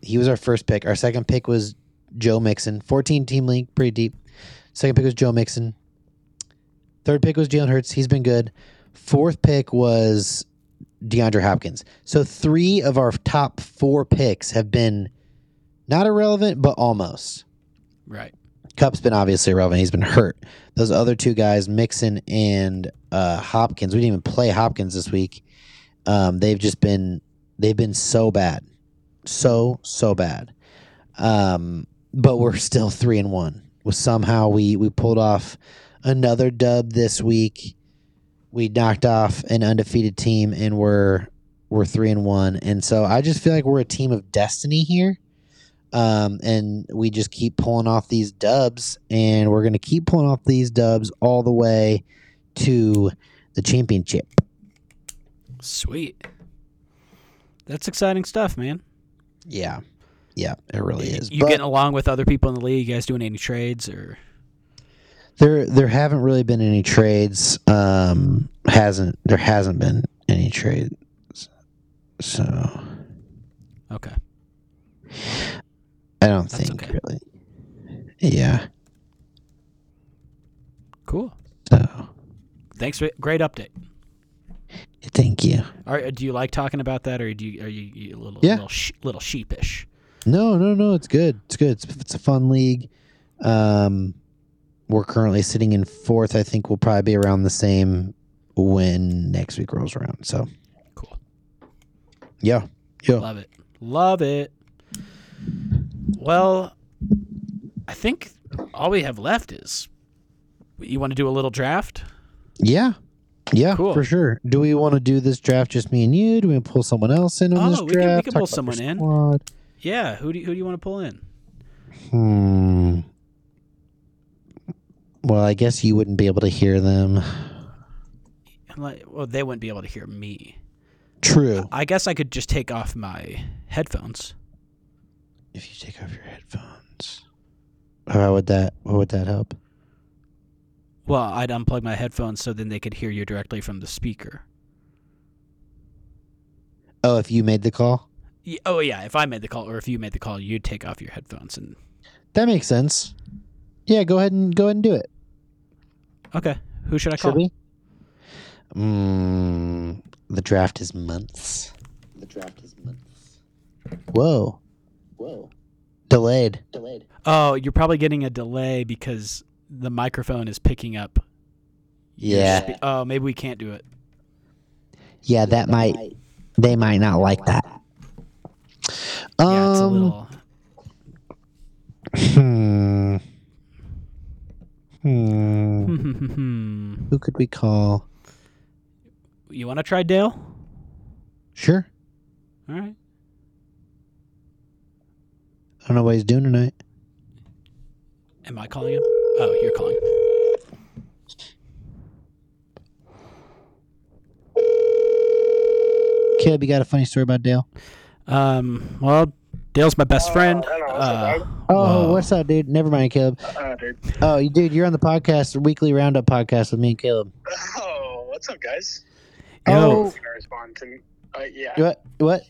Speaker 1: he was our first pick. Our second pick was Joe Mixon. Fourteen team league, pretty deep. Second pick was Joe Mixon. Third pick was Jalen Hurts. He's been good. Fourth pick was DeAndre Hopkins. So three of our top four picks have been not irrelevant, but almost.
Speaker 2: Right.
Speaker 1: Cup's been obviously irrelevant. He's been hurt. Those other two guys, Mixon and uh, Hopkins, we didn't even play Hopkins this week. Um, they've just been they've been so bad, so so bad. Um, but we're still three and one. Well, somehow we we pulled off another dub this week. We knocked off an undefeated team, and we're we're three and one. And so I just feel like we're a team of destiny here um, and we just keep pulling off these dubs, and we're going to keep pulling off these dubs all the way to the championship.
Speaker 2: Sweet. That's exciting stuff, man.
Speaker 1: Yeah, yeah, it really is.
Speaker 2: You
Speaker 1: but
Speaker 2: getting along with other people in the league? You guys doing any trades or?
Speaker 1: there, there haven't really been any trades. Um, hasn't there hasn't been any trades. So
Speaker 2: Okay.
Speaker 1: I don't
Speaker 2: That's
Speaker 1: think
Speaker 2: okay.
Speaker 1: really. Yeah.
Speaker 2: Cool.
Speaker 1: So
Speaker 2: Thanks. For, great update.
Speaker 1: thank you.
Speaker 2: Are, do you like talking about that, or do you are you, you a little
Speaker 1: Yeah.
Speaker 2: little, sh- little sheepish?
Speaker 1: No, no, no. It's good. It's good. It's, it's a fun league. Um, we're currently sitting in fourth. I think we'll probably be around the same when next week rolls around. So,
Speaker 2: Cool.
Speaker 1: yeah, yeah.
Speaker 2: Love it. Love it. Well, I think all we have left is you want to do a little draft?
Speaker 1: Yeah. Yeah,
Speaker 2: Cool.
Speaker 1: for sure. Do we want to do this draft just me and you? Do we want to pull someone else in on
Speaker 2: Oh,
Speaker 1: this
Speaker 2: we
Speaker 1: draft?
Speaker 2: can- we can pull
Speaker 1: Talk about your
Speaker 2: someone in.
Speaker 1: squad?
Speaker 2: Yeah. Who do you, who do you want to pull in?
Speaker 1: Hmm. Well, I guess you wouldn't be able to hear them.
Speaker 2: I'm like, well, they wouldn't be able to hear me.
Speaker 1: True.
Speaker 2: I guess I could just take off my headphones.
Speaker 1: If you take off your headphones, how would that? What would that help?
Speaker 2: Well, I'd unplug my headphones so then they could hear you directly from the speaker.
Speaker 1: Oh, if you made the call.
Speaker 2: Ye- Oh yeah, if I made the call or if you made the call, you'd take off your headphones and
Speaker 1: That makes sense. Yeah, go ahead and go ahead and do it.
Speaker 2: okay. Who should I call?
Speaker 1: Should we? Mm, the draft is months.
Speaker 6: The draft is months.
Speaker 1: Whoa,
Speaker 6: Whoa,
Speaker 1: delayed.
Speaker 6: delayed.
Speaker 2: Oh, you're probably getting a delay because the microphone is picking up. your
Speaker 1: Yeah,
Speaker 2: spe- oh, maybe we can't do it.
Speaker 1: yeah, that might. They might not like that. Um,
Speaker 2: Yeah, it's a little.
Speaker 1: Hmm. Hmm. Who could we call?
Speaker 2: you want to try Dale?
Speaker 1: Sure.
Speaker 2: All right.
Speaker 1: I don't know what he's doing tonight.
Speaker 2: Am I calling him? Oh, you're calling.
Speaker 1: Caleb, you got a funny story about Dale?
Speaker 2: Um. Well, Dale's my best friend.
Speaker 3: hello, what's
Speaker 2: Uh,
Speaker 3: up,
Speaker 1: Oh,
Speaker 2: whoa.
Speaker 1: what's up, dude? Never mind, Caleb.
Speaker 3: Uh, dude.
Speaker 1: Oh, you dude, you're on the podcast, weekly roundup podcast with me and Caleb.
Speaker 3: Oh, what's up, guys?
Speaker 2: Yo.
Speaker 1: Oh,
Speaker 3: Can I respond to? Uh, yeah,
Speaker 1: what? What?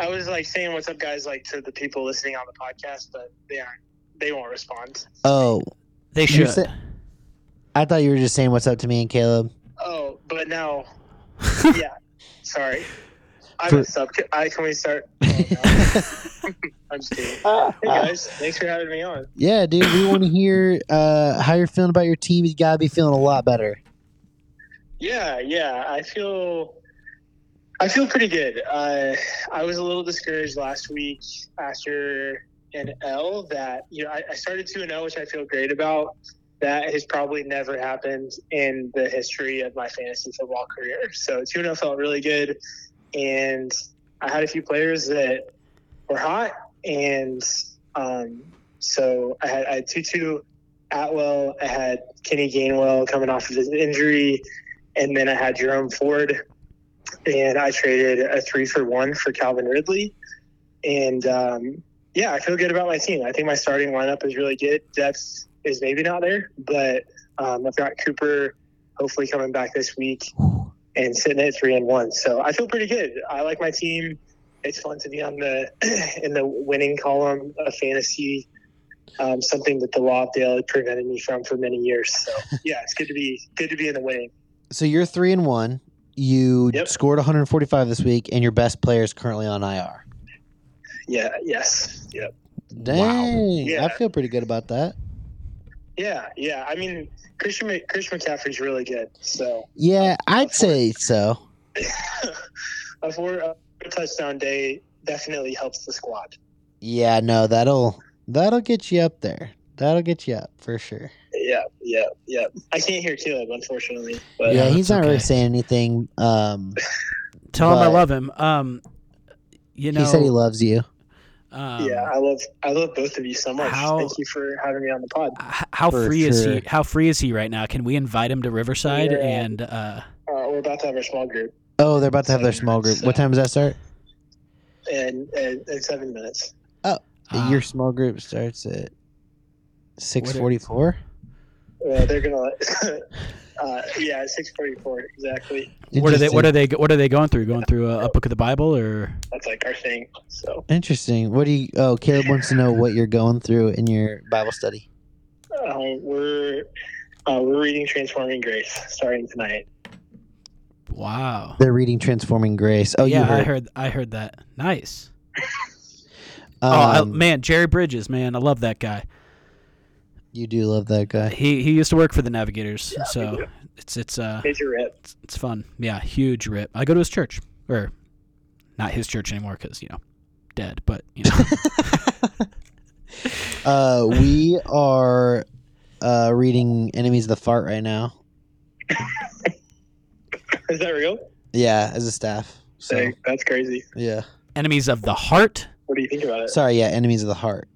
Speaker 3: I was like saying what's up, guys, like to the people listening on the podcast, but they aren't. They won't respond.
Speaker 1: Oh,
Speaker 2: They
Speaker 1: You
Speaker 2: should.
Speaker 1: said- I thought you were just saying what's up to me and Caleb.
Speaker 3: Oh, but now, yeah. Sorry, I
Speaker 1: For-
Speaker 3: messed up. Can- I can we start? Oh, no. I'm just kidding. Hey guys, thanks for having me on.
Speaker 1: yeah, dude, we want to hear uh, how you're feeling about your team. You gotta be feeling a lot better.
Speaker 3: Yeah, yeah. I feel I feel pretty good. Uh, I was a little discouraged last week after an L that you know I, I started two and L, which I feel great about. That has probably never happened in the history of my fantasy football career. So two and L felt really good, and I had a few players that were hot, and um, so I had I had Tutu Atwell, I had Kenny Gainwell coming off of his injury and then I had Jerome Ford, and I traded a three for one for Calvin Ridley, and um, yeah, I feel good about my team. I think my starting lineup is really good. Depth is maybe not there, but um, I've got Cooper hopefully coming back this week and sitting at three and one. So I feel pretty good. I like my team. It's fun to be on the in the winning column of fantasy. Um, something that the law of Dale had prevented me from for many years. So yeah, it's good to be good to be in the winning.
Speaker 1: So you're three and one. You
Speaker 3: Yep.
Speaker 1: scored 145 this week, and your best player is currently on IR.
Speaker 3: Yeah. Yes. Yep.
Speaker 1: Dang,
Speaker 3: Yeah.
Speaker 1: I feel pretty good about that.
Speaker 3: Yeah, yeah. I mean, Christian Mc- Christian McCaffrey's really good. So
Speaker 1: Yeah, I'd say so.
Speaker 3: a four a touchdown day definitely helps the squad.
Speaker 1: Yeah, no, that'll that'll get you up there. That'll get you up for sure.
Speaker 3: Yeah, yeah, yeah. I can't hear Caleb, unfortunately. But
Speaker 1: Yeah,
Speaker 2: Yeah,
Speaker 1: he's
Speaker 2: that's
Speaker 1: not really
Speaker 2: okay.
Speaker 1: saying anything. Um,
Speaker 2: Tell him I
Speaker 1: But-
Speaker 2: love him. Um, you know,
Speaker 1: he said he loves you.
Speaker 2: um,
Speaker 3: yeah, I love I love both of you so much.
Speaker 2: How-
Speaker 3: Thank you for having me on the pod.
Speaker 2: h- how
Speaker 1: For
Speaker 2: free is
Speaker 1: sure.
Speaker 2: he? How free is he right now? Can we invite him to Riverside?
Speaker 3: Yeah.
Speaker 2: And uh,
Speaker 3: Uh, we're about to have our small group
Speaker 1: Oh, they're about to have their small group. What time does that start?
Speaker 3: in in, in seven minutes.
Speaker 2: uh,
Speaker 1: Your small group starts at six forty-four.
Speaker 3: Uh, they're gonna. uh, yeah, six forty four exactly.
Speaker 2: uh, what are they? What are they? What are they going through? Going through a, a book of the Bible or?
Speaker 3: That's like our thing. So
Speaker 1: Interesting. What do you? Oh, Caleb wants to know what you're going through in your Bible study.
Speaker 3: uh, we're uh, we're reading Transforming Grace starting tonight.
Speaker 2: Wow.
Speaker 1: They're reading Transforming Grace. Oh,
Speaker 2: yeah,
Speaker 1: you heard.
Speaker 2: I heard. I heard that. Nice. oh I,
Speaker 1: Um,
Speaker 2: man, Jerry Bridges, man, I love that guy.
Speaker 1: you do love that guy.
Speaker 2: He he used to work for the Navigators, so it's it's uh
Speaker 3: Here's your rip.
Speaker 2: it's, it's fun. Yeah, huge rip. I go to his church, or not his church anymore, because you know, dead. But you know,
Speaker 1: Uh, we are uh, reading Enemies of the Fart right now.
Speaker 3: Is that real?
Speaker 1: Yeah, as a staff. So
Speaker 3: Dang, that's crazy.
Speaker 1: yeah.
Speaker 2: enemies of the heart.
Speaker 3: What do you think about it?
Speaker 1: Sorry, yeah, Enemies of the Heart.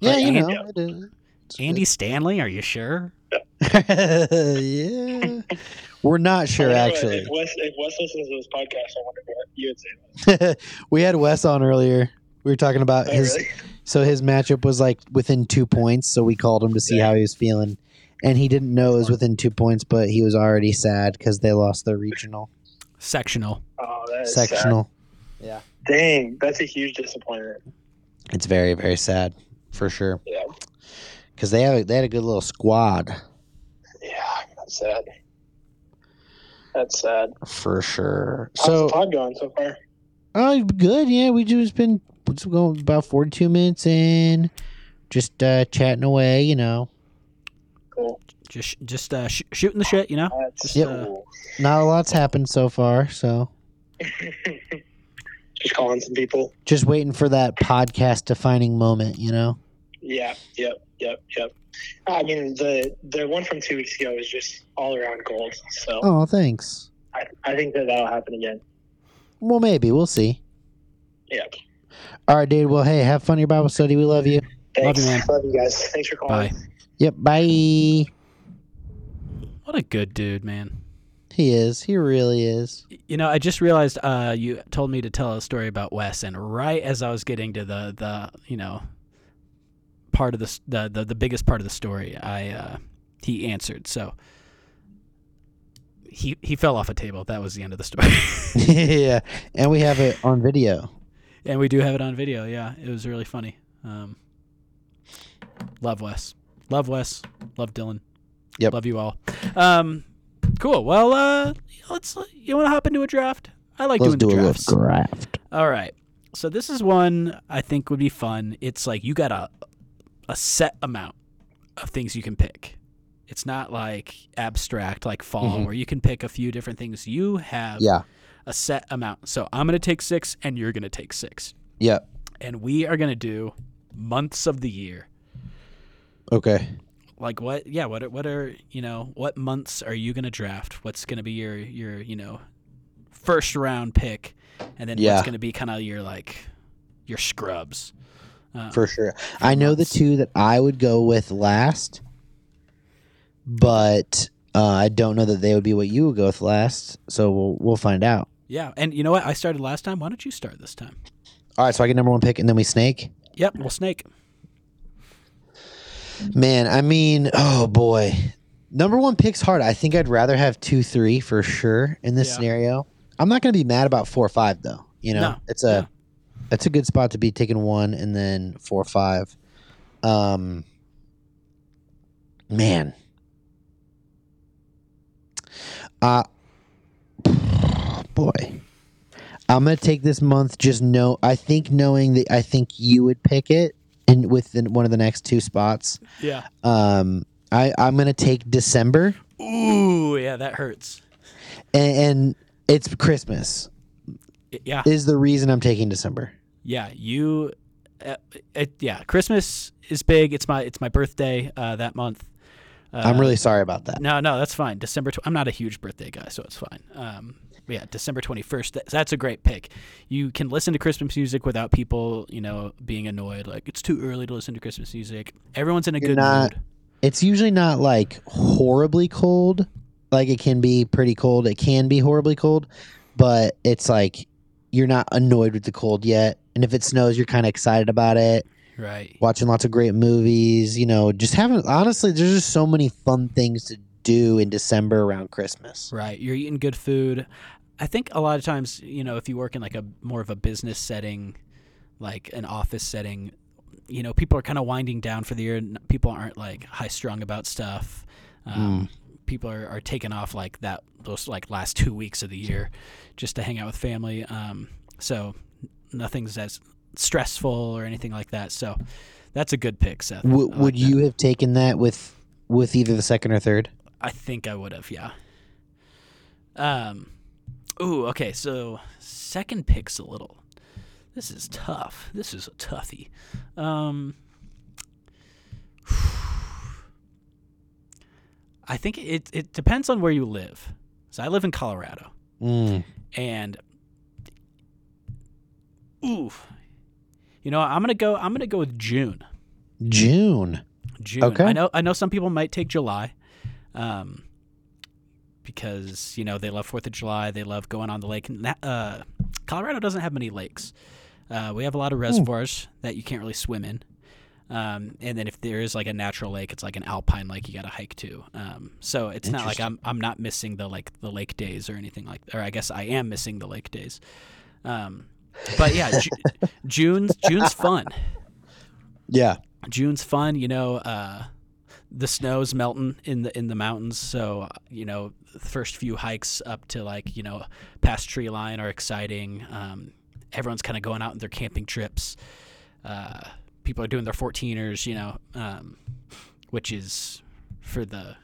Speaker 1: Yeah, you
Speaker 2: Andy-
Speaker 1: know. it is. It's
Speaker 2: Andy Stanley, are you sure?
Speaker 1: good. yeah. We're not
Speaker 3: I
Speaker 1: sure
Speaker 3: wonder what-
Speaker 1: actually.
Speaker 3: If Wes, if Wes listens to this podcast, I wonder what you would say.
Speaker 1: we had Wes on earlier. We were talking about
Speaker 3: Oh,
Speaker 1: his
Speaker 3: really?
Speaker 1: so his matchup was like within 2 points, so we called him to see how he was feeling. And he didn't know it was within 2 points, but he was already sad cuz they lost their regional
Speaker 2: Sectional.
Speaker 3: Oh, that is sad.
Speaker 1: sectional.
Speaker 3: Dang, that's a huge disappointment.
Speaker 1: It's very very sad for sure.
Speaker 3: Yeah.
Speaker 1: Because they have they had a good little squad
Speaker 3: Yeah, that's sad. That's sad.
Speaker 1: for sure.
Speaker 3: How's
Speaker 1: So
Speaker 3: the pod going so far?
Speaker 1: oh good yeah we just been it's going about forty two minutes in, just uh, chatting away you know
Speaker 3: Cool.
Speaker 2: Just just uh, sh- shooting the shit, you know.
Speaker 3: That's
Speaker 1: Yep.
Speaker 3: cool.
Speaker 1: not a lot's happened so far so
Speaker 3: Just calling some people.
Speaker 1: just waiting for that podcast defining moment you know
Speaker 3: Yeah, yep, yep, yep. I mean, the the one from two weeks ago was just all around gold. So
Speaker 1: oh thanks
Speaker 3: I, I think that that'll happen again.
Speaker 1: well maybe we'll see
Speaker 3: Yeah.
Speaker 1: all right dude well hey have fun at your Bible study we love you
Speaker 2: Love
Speaker 3: Thanks.
Speaker 2: you, man.
Speaker 3: Love you guys. Thanks for calling.
Speaker 2: Bye.
Speaker 1: yep bye he
Speaker 2: What a good dude, man.
Speaker 1: is he really is
Speaker 2: You know, I just realized uh, you told me to tell a story about Wes, and right as I was getting to the the you know part of the s- the the, the biggest part of the story, I uh, he answered. So he he fell off a table. That was the end of the story,
Speaker 1: yeah and we have it on video
Speaker 2: and we do have it on video. Yeah, it was really funny. Um, love Wes. Love Wes. Love Dylan.
Speaker 1: Yep.
Speaker 2: Love you all. Um, cool. Well, uh, let's you want to hop into a draft. I like
Speaker 1: let's
Speaker 2: doing
Speaker 1: do
Speaker 2: the
Speaker 1: a
Speaker 2: drafts.
Speaker 1: little graft.
Speaker 2: All right. So this is one I think would be fun. It's like you got a a set amount of things you can pick. It's not like abstract like fall
Speaker 1: Mhm.
Speaker 2: where you can pick a few different things. You have
Speaker 1: Yeah.
Speaker 2: a set amount. So I'm going to take 6 and you're going to take 6.
Speaker 1: Yeah.
Speaker 2: And we are going to do months of the year.
Speaker 1: Okay.
Speaker 2: Like what yeah, what are, what are, you know, what months are you going to draft? What's going to be your your, you know, first round pick and then
Speaker 1: Yeah.
Speaker 2: what's going to be kind of your like your scrubs. Uh,
Speaker 1: For sure. I know the
Speaker 2: months.
Speaker 1: two that I would go with last, but uh, I don't know that they would be what you would go with last. So we'll, we'll find out.
Speaker 2: Yeah, and you know what? I started last time. Why don't you start this time?
Speaker 1: All right. So I get number one pick and then we snake.
Speaker 2: Yep, well, Snake.
Speaker 1: Man, I mean, oh boy. Number one pick's hard. I think I'd rather have two, three for sure in this
Speaker 2: Yeah.
Speaker 1: scenario. I'm not going to be mad about four, five though. You know,
Speaker 2: No,
Speaker 1: it's a.
Speaker 2: no.
Speaker 1: That's a good spot to be taking one and then four five. Um, man, uh, boy, I'm gonna take this month. Just know, I think knowing that I think you would pick it and within one of the next two spots.
Speaker 2: Yeah.
Speaker 1: Um, I, I'm gonna take December
Speaker 2: Ooh, yeah, that hurts.
Speaker 1: and, and it's Christmas
Speaker 2: Y- Yeah,
Speaker 1: is the reason I'm taking December.
Speaker 2: yeah. You, uh, it, yeah. Christmas is big. It's my it's my birthday uh, that month. Uh,
Speaker 1: I'm really sorry about that.
Speaker 2: no, no. That's fine. December. Tw- I'm not a huge birthday guy, so it's fine. Um, but yeah, December twenty first. Th- that's a great pick. You can listen to Christmas music without people, you know, being annoyed. Like it's too early to listen to Christmas music. Everyone's in a
Speaker 1: You're
Speaker 2: good
Speaker 1: not-
Speaker 2: mood.
Speaker 1: It's usually not like horribly cold. Like it can be pretty cold. It can be horribly cold, but it's like you're not annoyed with the cold yet. And if it snows, you're kind of excited about it.
Speaker 2: Right.
Speaker 1: Watching lots of great movies, you know, just having honestly, there's just so many fun things to do in December around Christmas.
Speaker 2: Right. You're eating good food. I think a lot of times, you know, if you work in like a more of a business setting, like an office setting, you know, people are kind of winding down for the year. and People aren't like high strung about stuff. Um,
Speaker 1: Hmm.
Speaker 2: People are, are taking off like that, those like last two weeks of the year just to hang out with family. Um, so nothing's as stressful or anything like that. So that's a good pick, Seth.
Speaker 1: W-
Speaker 2: I
Speaker 1: would
Speaker 2: like that.
Speaker 1: you have taken that with with either the second or third?
Speaker 2: I think I would have, yeah. Um, ooh, okay. So second pick's a little. This is tough. This is a toughie. Um, I think it it depends on where you live. So I live in Colorado,
Speaker 1: Mm.
Speaker 2: and ooh, you know I'm gonna go. I'm gonna go with June.
Speaker 1: June.
Speaker 2: June.
Speaker 1: Okay.
Speaker 2: I know. I know some people might take July, um, because you know they love Fourth of July. They love going on the lake. And that, uh, Colorado doesn't have many lakes. Uh, we have a lot of reservoirs that you can't really swim in. Um, and then if there is like a natural lake, it's like an alpine lake you got to hike to. Um, so it's not like I'm I'm not missing the like the lake days or anything like. Or I guess I am missing the lake days. Um, but yeah, Ju- June's June's fun.
Speaker 1: Yeah.
Speaker 2: June's fun, you know. Uh, the snow's melting in the in the mountains, so you know the first few hikes up to like you know past tree line are exciting. Um, everyone's kind of going out on their camping trips. Uh, people are doing their 14ers, you know, um, which is for the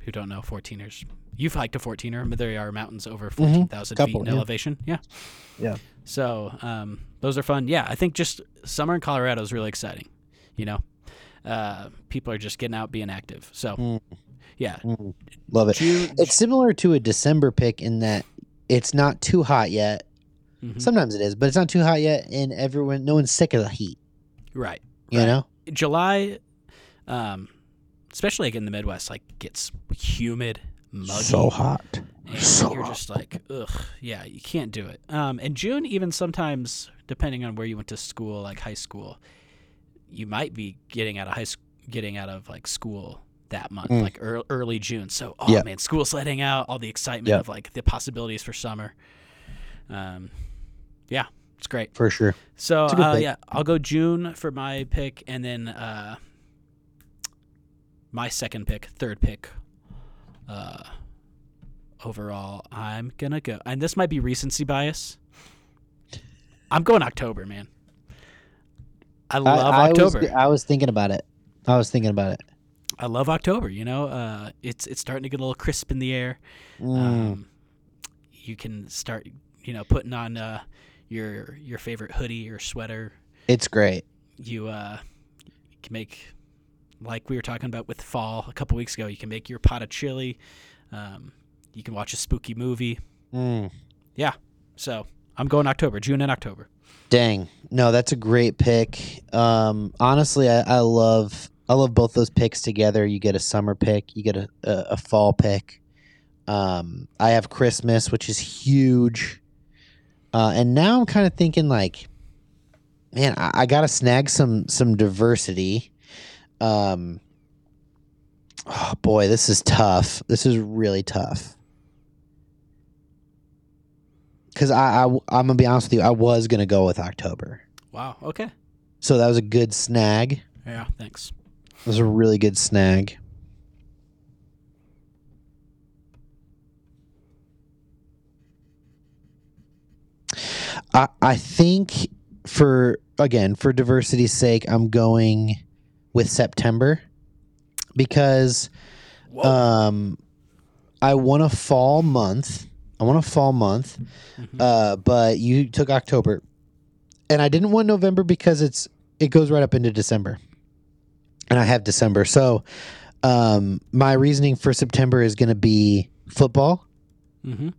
Speaker 2: who don't know 14ers. You've hiked a 14er, but there are mountains over 14,000 feet
Speaker 1: Couple,
Speaker 2: in
Speaker 1: yeah.
Speaker 2: elevation. Yeah.
Speaker 1: Yeah.
Speaker 2: So um, those are fun. Yeah, I think just summer in Colorado is really exciting. You know, uh, people are just getting out, being active. So,
Speaker 1: Mm.
Speaker 2: yeah,
Speaker 1: Love it.
Speaker 2: June.
Speaker 1: Mm. It's similar to a December pick in that it's not too hot yet.
Speaker 2: Mhm.
Speaker 1: Sometimes it is, but it's not too hot yet, and everyone, no one's sick of the heat.
Speaker 2: right.
Speaker 1: You
Speaker 2: Right.
Speaker 1: know,
Speaker 2: July, um, especially like in the Midwest, like gets humid, muggy.
Speaker 1: hot.
Speaker 2: and
Speaker 1: so
Speaker 2: you're just like, ugh, yeah, you can't do it. Um, and June, even sometimes, depending on where you went to school, like high school, you might be getting out of high school, getting out of like school that month,
Speaker 1: Mm.
Speaker 2: like early, early June. So, oh
Speaker 1: Yeah.
Speaker 2: man, school's letting out all the excitement
Speaker 1: Yeah.
Speaker 2: of like the possibilities for summer. Um, yeah, it's great.
Speaker 1: For sure.
Speaker 2: So
Speaker 1: It's a good
Speaker 2: uh,
Speaker 1: pick.
Speaker 2: yeah, I'll go June for my pick, and then uh, my second pick, third pick. Uh, overall, I'm gonna go, and this might be recency bias. I'm going October, man. I
Speaker 1: I,
Speaker 2: love
Speaker 1: I
Speaker 2: October.
Speaker 1: Was, I was thinking about it. I was thinking about it.
Speaker 2: I love October. You know, uh, it's it's starting to get a little crisp in the air.
Speaker 1: Mm.
Speaker 2: Um, you can start, you know, putting on uh, your your favorite hoodie or sweater.
Speaker 1: it's great.
Speaker 2: you uh, can make like we were talking about with fall a couple weeks ago you can make your pot of chili um, you can watch a spooky movie
Speaker 1: Mm.
Speaker 2: so i'm going october june and october
Speaker 1: Dang. No, that's a great pick. Um, honestly, I, I love I love both those picks together. You get a summer pick, you get a, a, a fall pick. Um, I have Christmas, which is huge. Uh, and now I'm kind of thinking like, man, I, I gotta snag some some diversity. Um, oh boy, this is tough. This is really tough. Because I, I I'm gonna be honest with you, I was gonna go with October,
Speaker 2: wow okay
Speaker 1: so that was a good snag.
Speaker 2: yeah thanks
Speaker 1: It was a really good snag. I I think for again for diversity's sake, I'm going with September. because um, I want a fall month. I want a fall month,
Speaker 2: Mm-hmm.
Speaker 1: uh, but you took October, and I didn't want November because it's it goes right up into December, and I have December. So um, my reasoning for September is going to be football.
Speaker 2: Mm-hmm.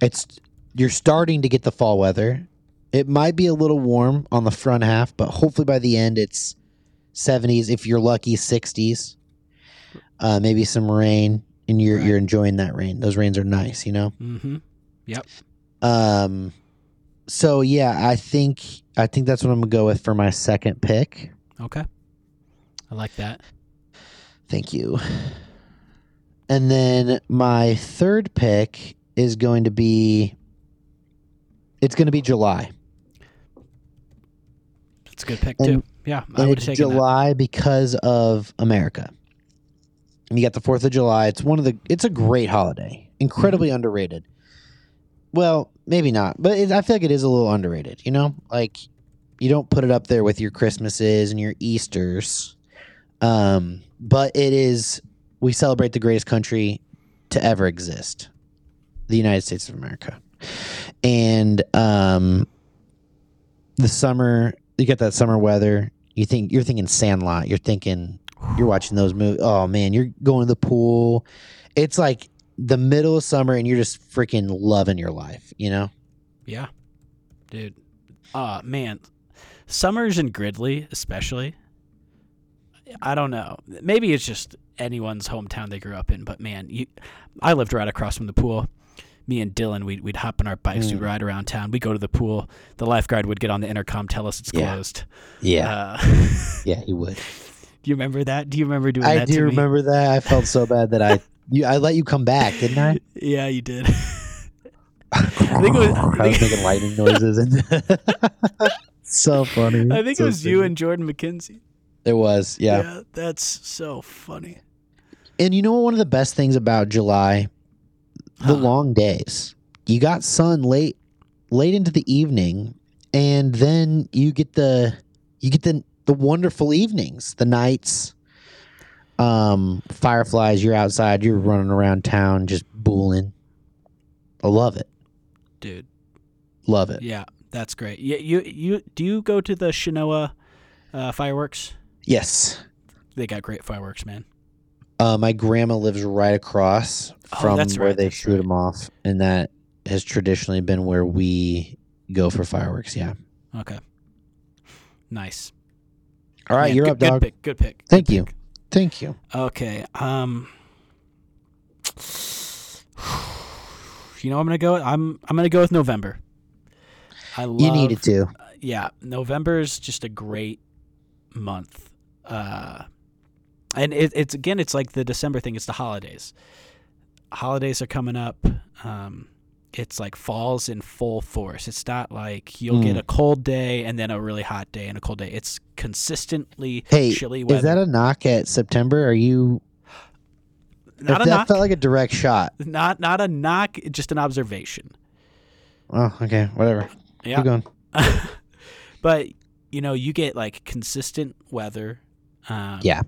Speaker 1: It's you're starting to get the fall weather. It might be a little warm on the front half, but hopefully by the end it's 70s. If you're lucky, 60s. Uh, maybe some rain, and you're
Speaker 2: Right.
Speaker 1: you're enjoying that rain. Those rains are nice, you know.
Speaker 2: Mm-hmm.
Speaker 1: Um, so yeah, I think I think that's what I'm gonna go with for my second pick.
Speaker 2: Okay. I like that.
Speaker 1: Thank you. And then my third pick is going to be. It's going to be July.
Speaker 2: That's a good pick
Speaker 1: And-
Speaker 2: too. Yeah, I
Speaker 1: And
Speaker 2: would have
Speaker 1: it's
Speaker 2: taken that.
Speaker 1: July because of America. And you got the Fourth of July. It's one of the. It's a great holiday. Incredibly underrated. Well, maybe not, but it, I feel like it is a little underrated. You know, like you don't put it up there with your Christmases and your Easter's. Um, but it is. We celebrate the greatest country to ever exist, the United States of America, and um, the summer. You get that summer weather. You think you're thinking Sandlot. You're thinking you're watching those movies. Oh man, you're going to the pool. It's like the middle of summer, and you're just freaking loving your life. You know.
Speaker 2: Yeah, dude. Uh man, Summers and Gridley especially. I don't know. Maybe it's just anyone's hometown they grew up in, but man, you, I lived right across from the pool. Me and Dylan, we'd, we'd hop on our bikes, we'd
Speaker 1: Mm.
Speaker 2: ride around town, we'd go to the pool. The lifeguard would get on the intercom, tell us it's
Speaker 1: Yeah.
Speaker 2: closed.
Speaker 1: Yeah,
Speaker 2: Uh,
Speaker 1: yeah, he would.
Speaker 2: do you remember that? Do you remember doing
Speaker 1: I
Speaker 2: that
Speaker 1: do
Speaker 2: to me?
Speaker 1: remember that. I felt so bad that I you, I let you come back, didn't I? Mm-hmm.
Speaker 2: Yeah, you did.
Speaker 1: I,
Speaker 2: think it was- I
Speaker 1: was
Speaker 2: think-
Speaker 1: making lightning noises. And so funny.
Speaker 2: I think
Speaker 1: So
Speaker 2: it was you
Speaker 1: stupid.
Speaker 2: and Jordan McKenzie.
Speaker 1: it was yeah.
Speaker 2: that's so funny.
Speaker 1: And you know what? One of the best things about July, the
Speaker 2: Huh.
Speaker 1: long days. You got sun late, late into the evening, and then you get the you get the the wonderful evenings, the nights. Um, fireflies. You're outside. You're running around town, just booling. I love it.
Speaker 2: Dude,
Speaker 1: Love it.
Speaker 2: yeah, that's great. You, you, you do you go to the Shinoa uh, fireworks?
Speaker 1: Yes.
Speaker 2: They got great fireworks, man.
Speaker 1: Uh, my grandma lives right across
Speaker 2: Oh,
Speaker 1: from
Speaker 2: that's
Speaker 1: where
Speaker 2: right,
Speaker 1: they
Speaker 2: that's
Speaker 1: shoot
Speaker 2: right.
Speaker 1: them off, and that has traditionally been where we go for fireworks. Yeah.
Speaker 2: Okay, nice.
Speaker 1: All right,
Speaker 2: Man,
Speaker 1: you're
Speaker 2: good,
Speaker 1: up,
Speaker 2: good
Speaker 1: dog.
Speaker 2: Pick, good pick. good
Speaker 1: Thank you.
Speaker 2: pick.
Speaker 1: Thank you.
Speaker 2: Okay. Um, you know, what I'm gonna go. I'm I'm gonna go with November. I love,
Speaker 1: You needed to.
Speaker 2: yeah, November is just a great month. Uh, and it, it's again, it's like the December thing. It's the holidays. Holidays are coming up. Um, it's like falls in full force. It's not like you'll get
Speaker 1: Mm.
Speaker 2: a cold day and then a really hot day and a cold day. It's consistently
Speaker 1: Hey,
Speaker 2: chilly weather.
Speaker 1: Is that a knock at September? Are you?
Speaker 2: not
Speaker 1: if
Speaker 2: a
Speaker 1: that
Speaker 2: knock?
Speaker 1: felt like a direct shot.
Speaker 2: not not a knock. Just an observation.
Speaker 1: Oh, okay, whatever.
Speaker 2: Yeah.
Speaker 1: Keep going.
Speaker 2: but you know you get like consistent weather um,
Speaker 1: Yeah.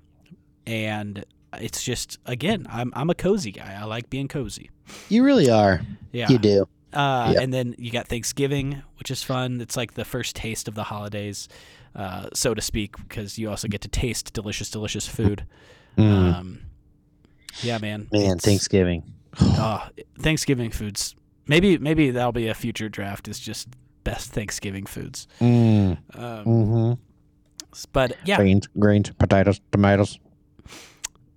Speaker 2: and it's just again i'm i'm a cozy guy i like being cozy
Speaker 1: You really are.
Speaker 2: yeah
Speaker 1: You do.
Speaker 2: Uh,
Speaker 1: Yeah.
Speaker 2: and then you got thanksgiving which is fun it's like the first taste of the holidays uh, so to speak because you also get to taste delicious delicious food
Speaker 1: Mm.
Speaker 2: um, yeah man
Speaker 1: Man,
Speaker 2: it's-
Speaker 1: Thanksgiving.
Speaker 2: oh, thanksgiving foods maybe maybe that'll be a future draft is just best thanksgiving foods
Speaker 1: Mm.
Speaker 2: um,
Speaker 1: hmm
Speaker 2: but yeah
Speaker 1: Greens, greens, potatoes, tomatoes.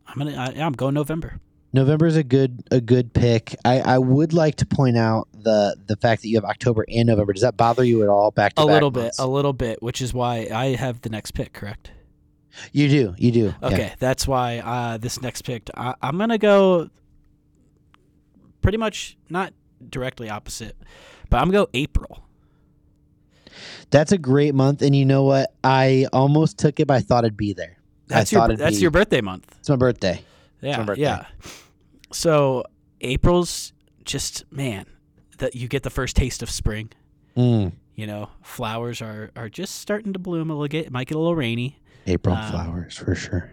Speaker 2: I'm gonna. I, I'm going November.
Speaker 1: November is a good a good pick. I, I would like to point out the the fact that you have October and November. Does that bother you at all? Back to
Speaker 2: A
Speaker 1: back
Speaker 2: little bit.
Speaker 1: months?
Speaker 2: A little bit, which is why I have the next pick. Correct.
Speaker 1: You do. You do. Yeah.
Speaker 2: Okay, that's why uh, this next pick. I, I'm gonna go. Pretty much not directly opposite, but I'm gonna go April.
Speaker 1: That's a great month, and you know what? I almost took it, but I thought it'd be there.
Speaker 2: That's
Speaker 1: thought
Speaker 2: your.
Speaker 1: it'd
Speaker 2: That's
Speaker 1: be-
Speaker 2: your birthday month.
Speaker 1: It's my birthday.
Speaker 2: Yeah.
Speaker 1: my birthday.
Speaker 2: Yeah. So April's just man that you get the first taste of spring.
Speaker 1: Mm.
Speaker 2: You know, flowers are are just starting to bloom a little. Get it might get a little rainy.
Speaker 1: April
Speaker 2: Um,
Speaker 1: flowers for sure.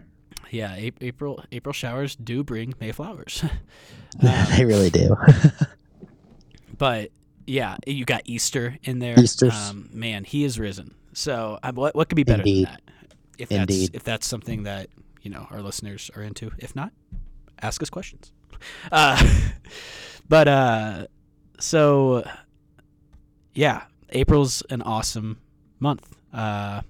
Speaker 2: yeah, A- April April showers do bring May flowers. Um,
Speaker 1: they really do.
Speaker 2: but yeah, you got Easter in there.
Speaker 1: Easter's.
Speaker 2: Um, man, he is risen. So um, what what could be better
Speaker 1: Indeed.
Speaker 2: than that? If
Speaker 1: Indeed.
Speaker 2: that's if that's something that you know our listeners are into. If not, ask us questions. Uh, but uh, so yeah, April's an awesome month. Uh,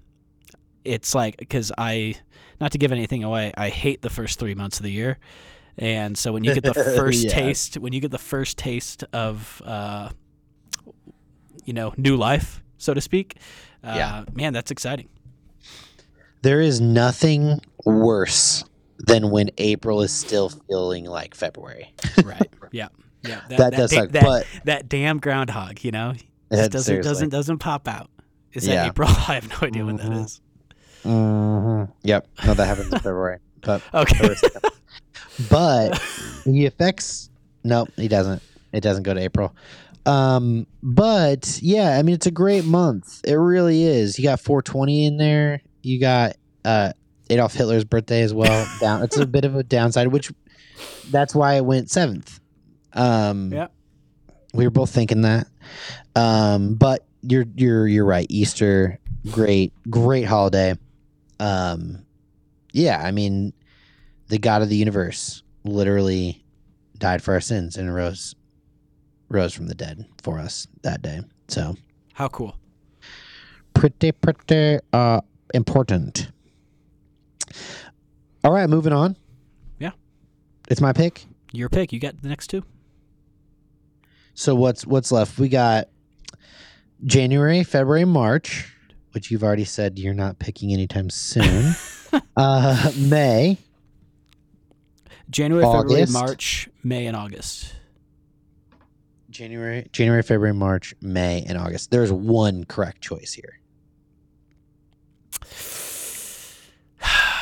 Speaker 2: it's like because I not to give anything away, I hate the first three months of the year. And so when you get the first
Speaker 1: Yeah.
Speaker 2: taste, when you get the first taste of, uh, you know, new life, so to speak, uh,
Speaker 1: Yeah.
Speaker 2: man, that's exciting.
Speaker 1: there is nothing worse than when April is still feeling like February.
Speaker 2: Right. yeah. Yeah.
Speaker 1: That does suck,
Speaker 2: that,
Speaker 1: but-
Speaker 2: that damn groundhog, you know,
Speaker 1: Yeah,
Speaker 2: just doesn't
Speaker 1: seriously.
Speaker 2: doesn't doesn't pop out. Is that
Speaker 1: Yeah.
Speaker 2: April? I have no idea what that
Speaker 1: Mhm.
Speaker 2: is.
Speaker 1: Mhm. Yep. No, that happens in February. But
Speaker 2: Okay.
Speaker 1: February 2nd. but the effects. No, he doesn't. It doesn't go to April. Um, but yeah, I mean, it's a great month. It really is. You got 420 in there. You got uh, Adolf Hitler's birthday as well. Down. It's a bit of a downside, which that's why it went seventh. Um,
Speaker 2: Yep.
Speaker 1: We were both thinking that. Um, but you're you're you're right. Easter, great great holiday. Um, yeah, I mean, the God of the universe literally died for our sins and rose rose from the dead for us that day. So
Speaker 2: How cool.
Speaker 1: pretty pretty uh important. All right, moving on.
Speaker 2: Yeah.
Speaker 1: It's my pick.
Speaker 2: Your pick. You got the next two.
Speaker 1: So what's what's left? We got January, February, March, which you've already said you're not picking anytime soon. uh May,
Speaker 2: January, February,
Speaker 1: August.
Speaker 2: March, May, and August.
Speaker 1: January, January, February, March, May, and August. There's one correct choice here.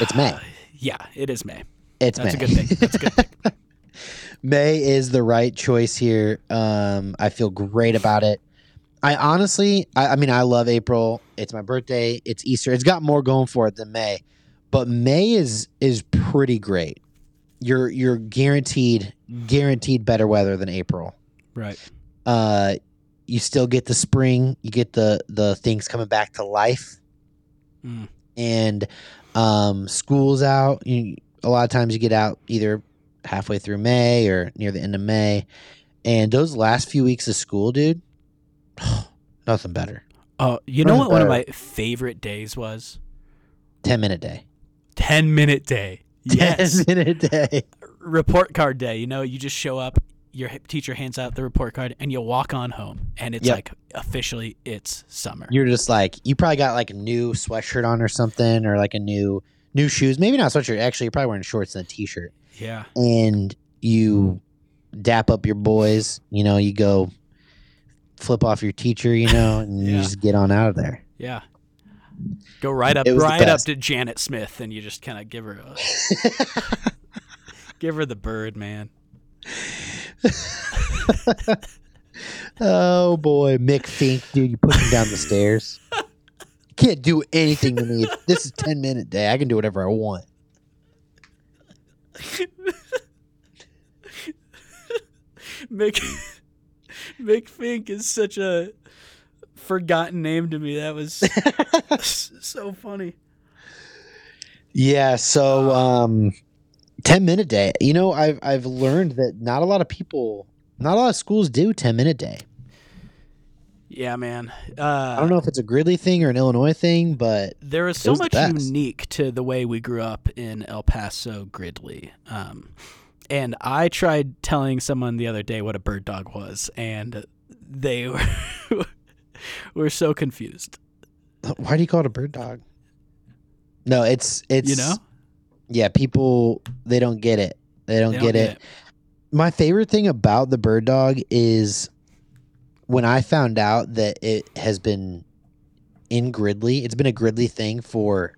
Speaker 1: It's May.
Speaker 2: Yeah, it is May.
Speaker 1: It's
Speaker 2: That's
Speaker 1: May.
Speaker 2: a good pick. That's a good pick.
Speaker 1: May is the right choice here. Um, I feel great about it. I honestly, I, I mean, I love April. It's my birthday. It's Easter. It's got more going for it than May, but May is is pretty great. You're you're guaranteed guaranteed better weather than April.
Speaker 2: Right.
Speaker 1: Uh, you still get the spring. You get the the things coming back to life,
Speaker 2: Mm.
Speaker 1: and um, school's out. You, a lot of times you get out either halfway through May or near the end of May, and those last few weeks of school, dude, nothing better.
Speaker 2: Oh, you know what? One of my
Speaker 1: Remember-
Speaker 2: favorite days was
Speaker 1: Ten minute day.
Speaker 2: ten minute day. Yes,
Speaker 1: Ten minute day.
Speaker 2: report card day. You know, you just show up. Your h- teacher hands out the report card, and you walk on home, and it's
Speaker 1: Yep.
Speaker 2: like officially it's summer.
Speaker 1: You're just like you probably got like a new sweatshirt on or something, or like a new new shoes. Maybe not sweatshirt. Actually, you're probably wearing shorts and a t-shirt.
Speaker 2: yeah,
Speaker 1: and you dap up your boys, you know, you go flip off your teacher, you know, and you
Speaker 2: Yeah.
Speaker 1: just get on out of there.
Speaker 2: yeah. Go right up,
Speaker 1: It was the
Speaker 2: right up
Speaker 1: best.
Speaker 2: to Janet Smith, and you just kind of give her, a, give her the bird, man.
Speaker 1: oh boy, Mick Fink, dude, you push him down the stairs. Can't do anything to me. This is ten minute day. I can do whatever I want.
Speaker 2: Mick Mick Fink is such a forgotten name to me. That was so funny.
Speaker 1: Yeah, so um 10 minute day. You know, I've I've learned that not a lot of people not a lot of schools do 10 minute day.
Speaker 2: Yeah, man.
Speaker 1: I don't
Speaker 2: Uh,
Speaker 1: know if it's a Gridley thing or an Illinois thing, but
Speaker 2: there is
Speaker 1: It
Speaker 2: so
Speaker 1: was the
Speaker 2: much
Speaker 1: best.
Speaker 2: unique to the way we grew up in El Paso Gridley. Um, and I tried telling someone the other day what a bird dog was, and they were, were so confused.
Speaker 1: Why do you call it a bird dog? No, it's it's
Speaker 2: you know?
Speaker 1: yeah. People they don't get it. They don't,
Speaker 2: They
Speaker 1: get, it. My favorite thing about the bird dog is when I found out that it has been in Gridley. It's been a Gridley thing for